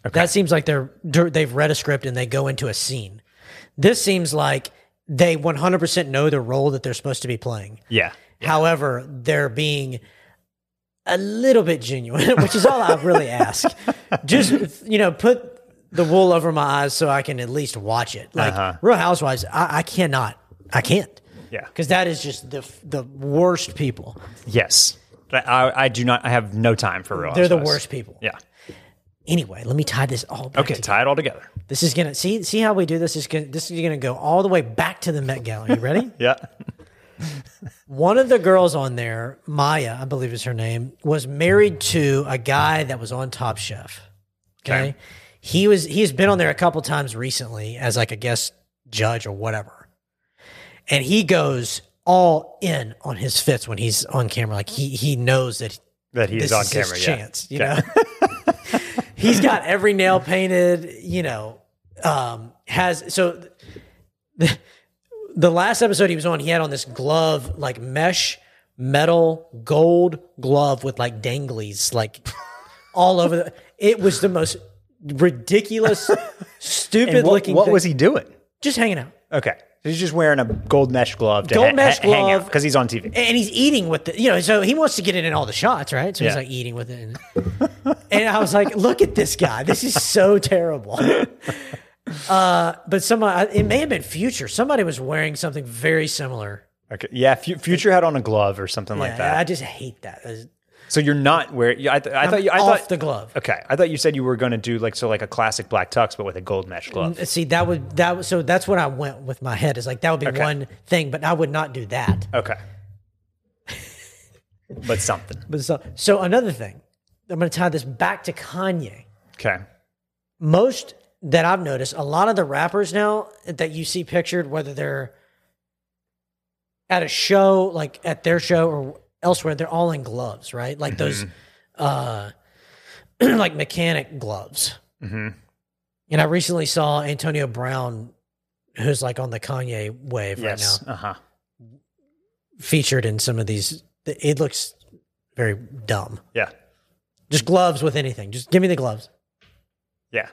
[SPEAKER 2] That seems like they're they've read a script and they go into a scene. This seems like they 100% know the role that they're supposed to be playing.
[SPEAKER 1] Yeah.
[SPEAKER 2] However, they're being a little bit genuine, which is all I really ask. Just you know, put the wool over my eyes so I can at least watch it. Like
[SPEAKER 1] Uh-huh.
[SPEAKER 2] Real Housewives, I, I cannot, I can't,
[SPEAKER 1] Yeah.
[SPEAKER 2] because that is just the f- the worst people.
[SPEAKER 1] Yes. But I, I do not I have no time for real.
[SPEAKER 2] They're the
[SPEAKER 1] housewives.
[SPEAKER 2] worst people.
[SPEAKER 1] Yeah.
[SPEAKER 2] Anyway, let me tie this all back.
[SPEAKER 1] Okay,
[SPEAKER 2] together.
[SPEAKER 1] tie it all together.
[SPEAKER 2] This is gonna see see how we do this. Is gonna this is gonna go all the way back to the Met Gala. You ready?
[SPEAKER 1] Yeah.
[SPEAKER 2] One of the girls on there, Maya, I believe is her name, was married to a guy that was on Top Chef. Okay.
[SPEAKER 1] Okay.
[SPEAKER 2] He was he's been on there a couple times recently as like a guest judge or whatever. And he goes all in on his fits when he's on camera. Like he he knows that
[SPEAKER 1] That he's
[SPEAKER 2] this
[SPEAKER 1] on
[SPEAKER 2] is
[SPEAKER 1] camera.
[SPEAKER 2] his
[SPEAKER 1] yeah.
[SPEAKER 2] chance, you know. He's got every nail painted, you know. Um, has so the, the last episode he was on, he had on this glove like mesh metal gold glove with like danglies like all over the it was the most ridiculous stupid
[SPEAKER 1] What,
[SPEAKER 2] looking
[SPEAKER 1] what
[SPEAKER 2] thing.
[SPEAKER 1] was he doing?
[SPEAKER 2] just hanging out
[SPEAKER 1] Okay. He's just wearing a gold mesh glove to
[SPEAKER 2] Gold
[SPEAKER 1] ha-
[SPEAKER 2] mesh
[SPEAKER 1] ha- hang out
[SPEAKER 2] glove.
[SPEAKER 1] because he's on TV.
[SPEAKER 2] and he's eating with the you know so he wants to get in in all the shots right so he's
[SPEAKER 1] Yeah.
[SPEAKER 2] like eating with it and, and i was like look at this guy this is so terrible uh but somebody it may have been future somebody was wearing something very similar
[SPEAKER 1] Okay. Yeah. Fu- Future had on a glove or something like
[SPEAKER 2] Yeah,
[SPEAKER 1] that.
[SPEAKER 2] i just hate that i
[SPEAKER 1] so you're not wearing. I, th- I thought. You, I
[SPEAKER 2] off
[SPEAKER 1] thought.
[SPEAKER 2] the glove
[SPEAKER 1] okay. I thought you said you were going to do like so like a classic black tux, but with a gold mesh glove.
[SPEAKER 2] see that would that was so that's what i went with my head is like that would be one thing but i would not do that
[SPEAKER 1] Okay. but something.
[SPEAKER 2] but so, so another thing i'm going to tie this back to kanye
[SPEAKER 1] Okay.
[SPEAKER 2] most that I've noticed, a lot of the rappers now that you see pictured, whether they're at a show, like at their show or elsewhere, they're all in gloves, right?
[SPEAKER 1] Mm-hmm.
[SPEAKER 2] Like those, uh, like mechanic gloves.
[SPEAKER 1] hmm
[SPEAKER 2] And I recently saw Antonio Brown, who's like on the Kanye wave
[SPEAKER 1] Yes.
[SPEAKER 2] right
[SPEAKER 1] Uh huh.
[SPEAKER 2] now, featured in some of these. It looks very dumb.
[SPEAKER 1] Yeah.
[SPEAKER 2] Just gloves with anything. Just give me the gloves.
[SPEAKER 1] Yeah.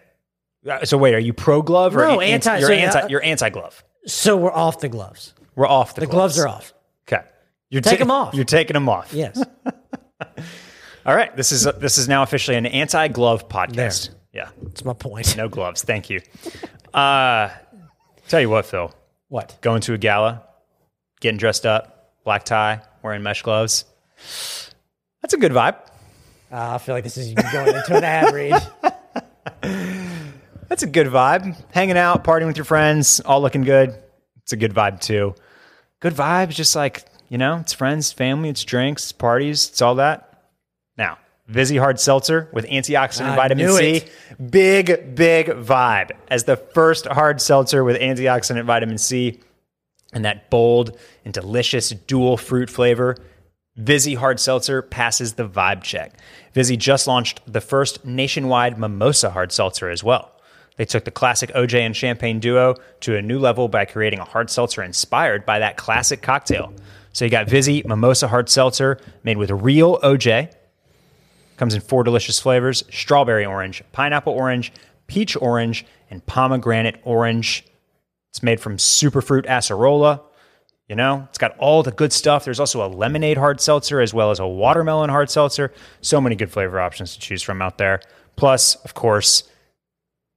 [SPEAKER 1] Uh, So wait, are you pro glove or
[SPEAKER 2] No,
[SPEAKER 1] an-
[SPEAKER 2] anti-
[SPEAKER 1] You're
[SPEAKER 2] so,
[SPEAKER 1] anti.
[SPEAKER 2] uh,
[SPEAKER 1] you're anti glove.
[SPEAKER 2] So we're off the gloves.
[SPEAKER 1] We're off the,
[SPEAKER 2] The gloves are off.
[SPEAKER 1] Okay. You're
[SPEAKER 2] Take
[SPEAKER 1] ta-
[SPEAKER 2] 'em off.
[SPEAKER 1] You're taking them off.
[SPEAKER 2] Yes.
[SPEAKER 1] All right. This is this is now officially an anti glove podcast. Yeah.
[SPEAKER 2] That's my point.
[SPEAKER 1] No gloves. Thank you. Uh, tell you what, Phil.
[SPEAKER 2] What?
[SPEAKER 1] Going to a gala, getting dressed up, black tie, wearing mesh gloves. That's a good vibe.
[SPEAKER 2] Ah, I feel like this is going into an ad read.
[SPEAKER 1] That's a good vibe. Hanging out, partying with your friends, all looking good. It's a good vibe too. Good vibes, just like, you know, it's friends, family, it's drinks, it's parties, it's all that. Now, Vizzy Hard Seltzer with antioxidant
[SPEAKER 2] I
[SPEAKER 1] vitamin
[SPEAKER 2] knew
[SPEAKER 1] C. Big, big vibe as the first hard seltzer with antioxidant vitamin C and that bold and delicious dual fruit flavor. Vizzy Hard Seltzer passes the vibe check. Vizzy just launched the first nationwide mimosa hard seltzer as well. They took the classic OJ and champagne duo to a new level by creating a hard seltzer inspired by that classic cocktail. So you got Vizzy Mimosa Hard Seltzer made with real OJ. Comes in four delicious flavors strawberry orange, pineapple orange, peach orange, and pomegranate orange. It's made from superfruit acerola. You know, it's got all the good stuff. There's also a lemonade hard seltzer as well as a watermelon hard seltzer. So many good flavor options to choose from out there. Plus, of course,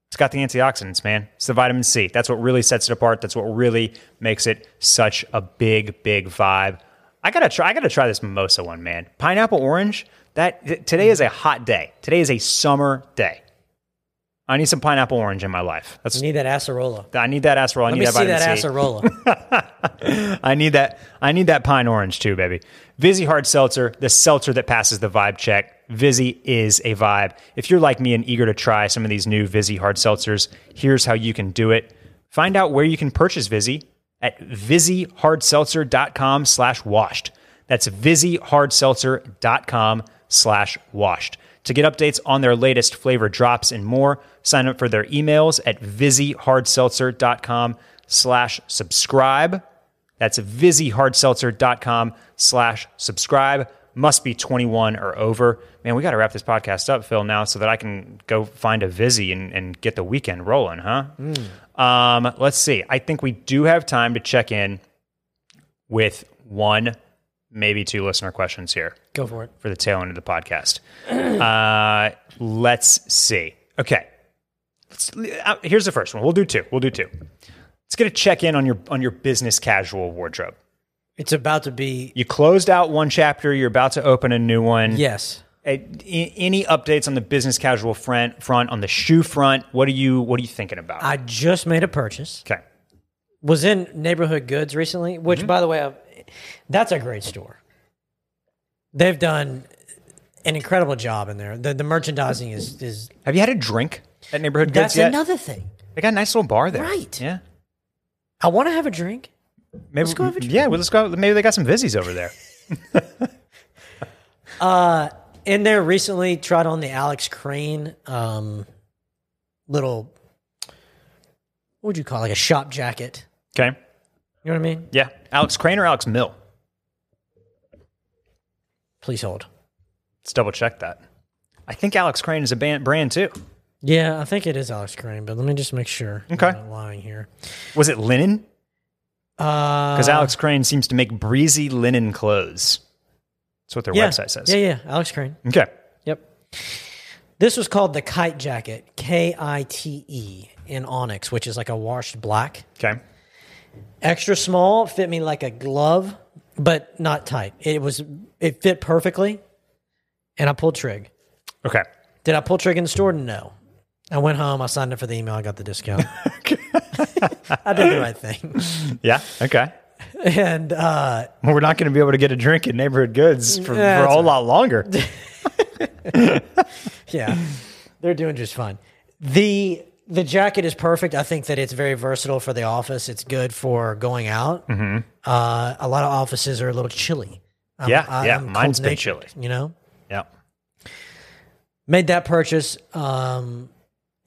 [SPEAKER 1] it's got the antioxidants, man. It's the vitamin C. That's what really sets it apart. That's what really makes it such a big, big vibe. I gotta try. I gotta try this mimosa one, man. Pineapple orange. That th- today is a hot day. Today is a summer day. I need some pineapple orange in my life. That's
[SPEAKER 2] You need that acerola.
[SPEAKER 1] I need that acerola. I
[SPEAKER 2] Let
[SPEAKER 1] need
[SPEAKER 2] me
[SPEAKER 1] that
[SPEAKER 2] see
[SPEAKER 1] vitamin
[SPEAKER 2] that
[SPEAKER 1] C.
[SPEAKER 2] acerola.
[SPEAKER 1] I need that. I need that pine orange too, baby. Vizzy hard seltzer, the seltzer that passes the vibe check. Vizzy is a vibe. If you're like me and eager to try some of these new Vizzy hard seltzers, here's how you can do it. Find out where you can purchase Vizzy at vizzyhardseltzer.com slash washed. That's vizzyhardseltzer.com slash washed. To get updates on their latest flavor drops and more, sign up for their emails at vizzyhardseltzer.com slash subscribe. That's vizzyhardseltzer.com slash subscribe. Must be 21 or over. Man, we got to wrap this podcast up, Phil, now so that I can go find a Vizzy and, and get the weekend rolling, huh? Um, let's see. I think we do have time to check in with one, maybe two listener questions here
[SPEAKER 2] Go for it.
[SPEAKER 1] for the tail end of the podcast. uh, let's see. Okay, let's, uh, here's the first one. We'll do two. We'll do two. Let's get a check in on your on your business casual wardrobe.
[SPEAKER 2] It's about to be
[SPEAKER 1] You closed out one chapter. You're about to open a new one.
[SPEAKER 2] yes.
[SPEAKER 1] Uh, a- any updates on the business casual front? Front on the shoe front? What are you What are you thinking about?
[SPEAKER 2] I just made a purchase.
[SPEAKER 1] okay.
[SPEAKER 2] Was in Neighborhood Goods recently, which
[SPEAKER 1] Mm-hmm.
[SPEAKER 2] by the way, I, that's a great store. They've done an incredible job in there. The, the merchandising is is
[SPEAKER 1] Have you had a drink at Neighborhood
[SPEAKER 2] that's
[SPEAKER 1] Goods yet?
[SPEAKER 2] another thing.
[SPEAKER 1] they got a nice little bar there.
[SPEAKER 2] Right.
[SPEAKER 1] Yeah.
[SPEAKER 2] I want to have a drink.
[SPEAKER 1] Maybe,
[SPEAKER 2] Let's go have a drink.
[SPEAKER 1] Yeah. Well, let's go. Maybe they got some Vizzies over there.
[SPEAKER 2] in there recently tried on the Alex Crane um little what would you call it, like a shop jacket.
[SPEAKER 1] Okay.
[SPEAKER 2] You know what I mean?
[SPEAKER 1] Yeah. Alex Crane or Alex Mill?
[SPEAKER 2] Please hold.
[SPEAKER 1] Let's double check that. I think Alex Crane is a ban- brand too.
[SPEAKER 2] Yeah, I think it is Alex Crane, but let me just make sure. I'm
[SPEAKER 1] Okay.
[SPEAKER 2] not lying here.
[SPEAKER 1] Was it linen?
[SPEAKER 2] Uh
[SPEAKER 1] Because Alex Crane seems to make breezy linen clothes. That's what their
[SPEAKER 2] Uh, yeah.
[SPEAKER 1] website says.
[SPEAKER 2] Yeah, yeah, Alex Crane.
[SPEAKER 1] Okay.
[SPEAKER 2] Yep. This was called the Kite Jacket, K I T E in Onyx, which is like a washed black.
[SPEAKER 1] Okay.
[SPEAKER 2] extra small fit me like a glove but not tight it was it fit perfectly and i pulled trig
[SPEAKER 1] Okay.
[SPEAKER 2] did i pull trig in the store no i went home i signed up for the email i got the discount i did the right thing
[SPEAKER 1] Yeah. Okay.
[SPEAKER 2] and uh
[SPEAKER 1] Well, we're not going to be able to get a drink at Neighborhood Goods for, for
[SPEAKER 2] Yeah,
[SPEAKER 1] a
[SPEAKER 2] that's
[SPEAKER 1] whole lot longer.
[SPEAKER 2] yeah they're doing just fine the the jacket is perfect i think that it's very versatile for the office it's good for going out
[SPEAKER 1] Mm-hmm.
[SPEAKER 2] uh, a lot of offices are a little chilly I'm-
[SPEAKER 1] Yeah, yeah,
[SPEAKER 2] Um, I'm
[SPEAKER 1] mine's been
[SPEAKER 2] cold-natured, you know
[SPEAKER 1] yeah.
[SPEAKER 2] made that purchase. Um,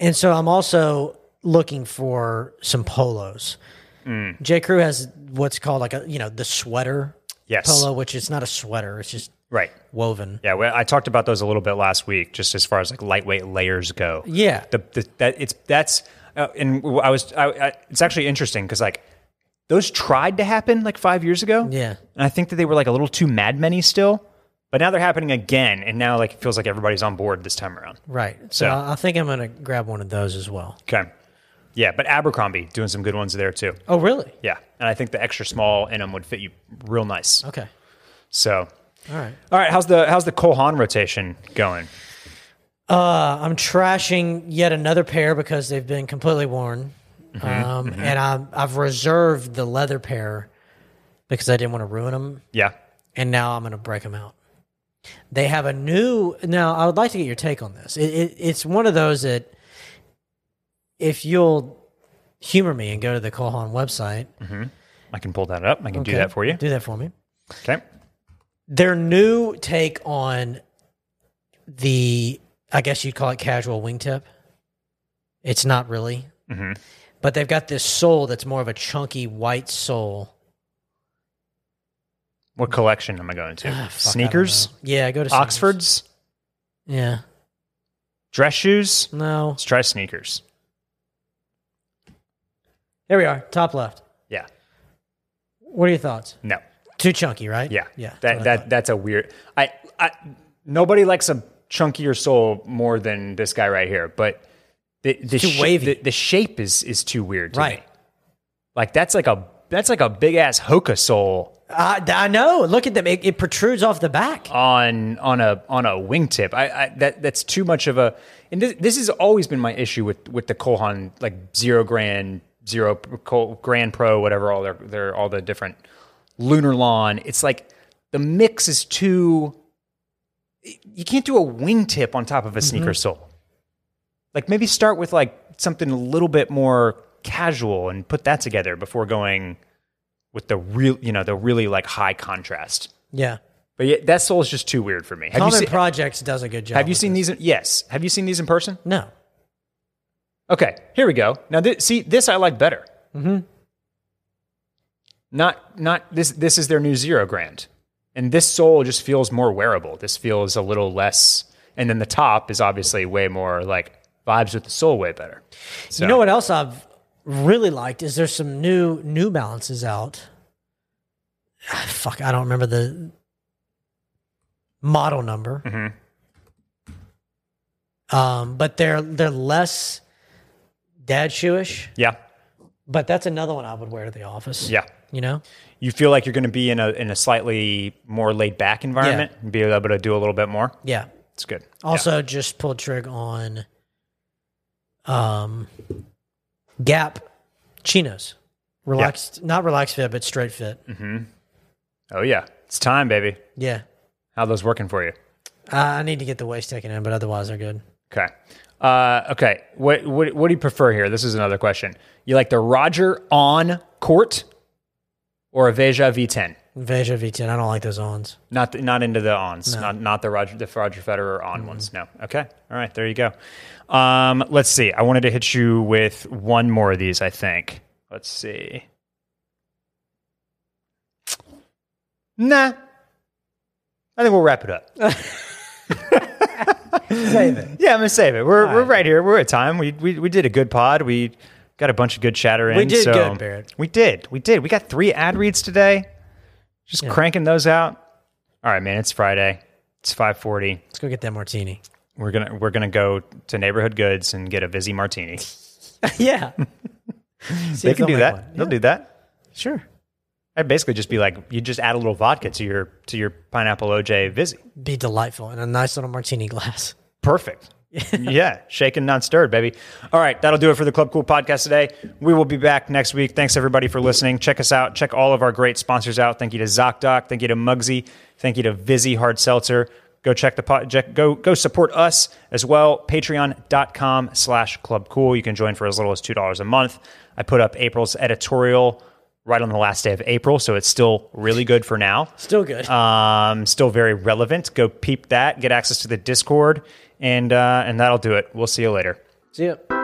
[SPEAKER 2] and so I'm also looking for some polos.
[SPEAKER 1] Mm.
[SPEAKER 2] J. Crew has what's called like a you know the sweater
[SPEAKER 1] Yes.
[SPEAKER 2] polo, which is not a sweater; it's just
[SPEAKER 1] Right.
[SPEAKER 2] woven.
[SPEAKER 1] Yeah. Well, I talked about those a little bit last week, just as far as like lightweight layers go.
[SPEAKER 2] Yeah,
[SPEAKER 1] the, the that it's that's uh, and I was I, I, it's actually interesting because like those tried to happen like five years ago.
[SPEAKER 2] Yeah.
[SPEAKER 1] and I think that they were like a little too mad many still, but now they're happening again, and now like it feels like everybody's on board this time around.
[SPEAKER 2] right. So
[SPEAKER 1] Yeah.
[SPEAKER 2] I I think I'm gonna grab one of those as well.
[SPEAKER 1] Okay, yeah, but Abercrombie doing some good ones there too.
[SPEAKER 2] Oh, really?
[SPEAKER 1] Yeah, and I think the extra small in them would fit you real nice.
[SPEAKER 2] Okay.
[SPEAKER 1] So.
[SPEAKER 2] All right.
[SPEAKER 1] All right, how's the how's the Cole Haan rotation going?
[SPEAKER 2] Uh, I'm trashing yet another pair because they've been completely worn, um, and I'm, I've reserved the leather pair because I didn't want to ruin them.
[SPEAKER 1] Yeah,
[SPEAKER 2] and now I'm going to break them out. They have a new. Now, I would like to get your take on this. It, it, it's one of those that, if you'll humor me and go to the Kohan website,
[SPEAKER 1] I can pull that up. I can do
[SPEAKER 2] Okay,
[SPEAKER 1] that for you.
[SPEAKER 2] Do that for me.
[SPEAKER 1] Okay.
[SPEAKER 2] Their new take on the, I guess you'd call it casual wingtip. It's not really,
[SPEAKER 1] Mm-hmm.
[SPEAKER 2] but they've got this sole that's more of a chunky white sole.
[SPEAKER 1] What collection am I going to?
[SPEAKER 2] Ah, fuck, I don't
[SPEAKER 1] Sneakers?
[SPEAKER 2] know. Yeah, go to sneakers.
[SPEAKER 1] Oxfords?
[SPEAKER 2] Yeah,
[SPEAKER 1] dress shoes.
[SPEAKER 2] no.
[SPEAKER 1] Let's try sneakers.
[SPEAKER 2] Here we are, top left.
[SPEAKER 1] Yeah.
[SPEAKER 2] What are your thoughts?
[SPEAKER 1] No.
[SPEAKER 2] Too chunky, right?
[SPEAKER 1] Yeah.
[SPEAKER 2] yeah.
[SPEAKER 1] That that that's a weird. I I nobody likes a chunkier soul more than this guy right here. But the the,
[SPEAKER 2] too
[SPEAKER 1] sh- the,
[SPEAKER 2] wavy.
[SPEAKER 1] the shape is is too weird. To
[SPEAKER 2] right.
[SPEAKER 1] Me. Like that's like a that's like a big ass Hoka soul
[SPEAKER 2] I, I know. Look at them. It, it protrudes off the
[SPEAKER 1] Oh.
[SPEAKER 2] back.
[SPEAKER 1] on on a on a wingtip. I, I that that's too much of a. And this, this has always been my issue with with the Kohan like zero grand zero Ko- grand pro whatever all their their all the different lunar lawn. It's like the mix is too. You can't do a wingtip on top of a sneaker sole. Like maybe start with like something a little bit more casual and put that together before going with the real you know the really like high contrast.
[SPEAKER 2] Yeah.
[SPEAKER 1] But yeah, that soul is just too weird for me. Have
[SPEAKER 2] Common
[SPEAKER 1] you seen?
[SPEAKER 2] Projects does a good job.
[SPEAKER 1] Have you
[SPEAKER 2] with
[SPEAKER 1] seen these? In, yes. Have you seen these in person?
[SPEAKER 2] it. No.
[SPEAKER 1] Okay, here we go. Now, thi- see, this I like better. Mm-hmm. Not, not this. This is their new zero grand, and this soul just feels more wearable. This feels a little less, and then the top is obviously way more like vibes with the soul way better. So,
[SPEAKER 2] You know what else I've really liked is there's some new New Balances out. Ah, Fuck, I don't remember the model number.
[SPEAKER 1] Mm-hmm.
[SPEAKER 2] Um, but they're they're less dad shoeish.
[SPEAKER 1] Yeah,
[SPEAKER 2] But that's another one I would wear to the office.
[SPEAKER 1] yeah.
[SPEAKER 2] you know.
[SPEAKER 1] You feel like you're going to be in a in a slightly more laid back environment and be able to do a little bit more.
[SPEAKER 2] Yeah.
[SPEAKER 1] It's good. Yeah.
[SPEAKER 2] Also, just pulled trig on um Gap chinos, relaxed, not relaxed fit, but straight fit.
[SPEAKER 1] Mm. Oh yeah, it's time, baby.
[SPEAKER 2] Yeah.
[SPEAKER 1] How those working for you?
[SPEAKER 2] Uh, I need to get the waist taken in, but otherwise they're good.
[SPEAKER 1] Okay. Uh, okay. What, what what do you prefer here? This is another question. You like the Roger on court or a Veja V10?
[SPEAKER 2] Veja V10. I don't like those ons.
[SPEAKER 1] Not th- not into the ons. Not not the Roger the Roger Federer on ones. No. Okay. All right. There you go. Um, let's see. I wanted to hit you with one more of these. I think. Let's see. Nah. I think we'll wrap it up.
[SPEAKER 2] Save it.
[SPEAKER 1] Yeah, I'm gonna save it. We're we're right here. We're at time. We, we we did a good pod. We got a bunch of good chatter in.
[SPEAKER 2] We did
[SPEAKER 1] so-
[SPEAKER 2] good, Barrett.
[SPEAKER 1] We did. We did. We got three ad reads today. Just cranking those out. All right, man. It's Friday. It's 5:40.
[SPEAKER 2] Let's go get that martini.
[SPEAKER 1] We're gonna we're gonna go to Neighborhood Goods and get a Vizzy Martini.
[SPEAKER 2] yeah.
[SPEAKER 1] they can do that. They'll do that.
[SPEAKER 2] Sure.
[SPEAKER 1] I'd basically just be like, you just add a little vodka to your to your pineapple OJ Vizzy.
[SPEAKER 2] Be delightful in a nice little martini glass.
[SPEAKER 1] Perfect. yeah, shaken, not stirred, baby. All right, that'll do it for the Club Cool podcast today. We will be back next week. Thanks everybody for listening. Check us out. Check all of our great sponsors out. Thank you to ZocDoc. Thank you to Muggsy. Thank you to Vizzy Hard Seltzer. Go check the pod. check- Go go support us as well. Patreon.com slash Club Cool. You can join for as little as two dollars a month. I put up April's editorial right on the last day of April, so it's still really good for now
[SPEAKER 2] Still good.
[SPEAKER 1] um, still very relevant. Go peep that, get access to the Discord, and uh, and that'll do it. We'll see you later.
[SPEAKER 2] See ya.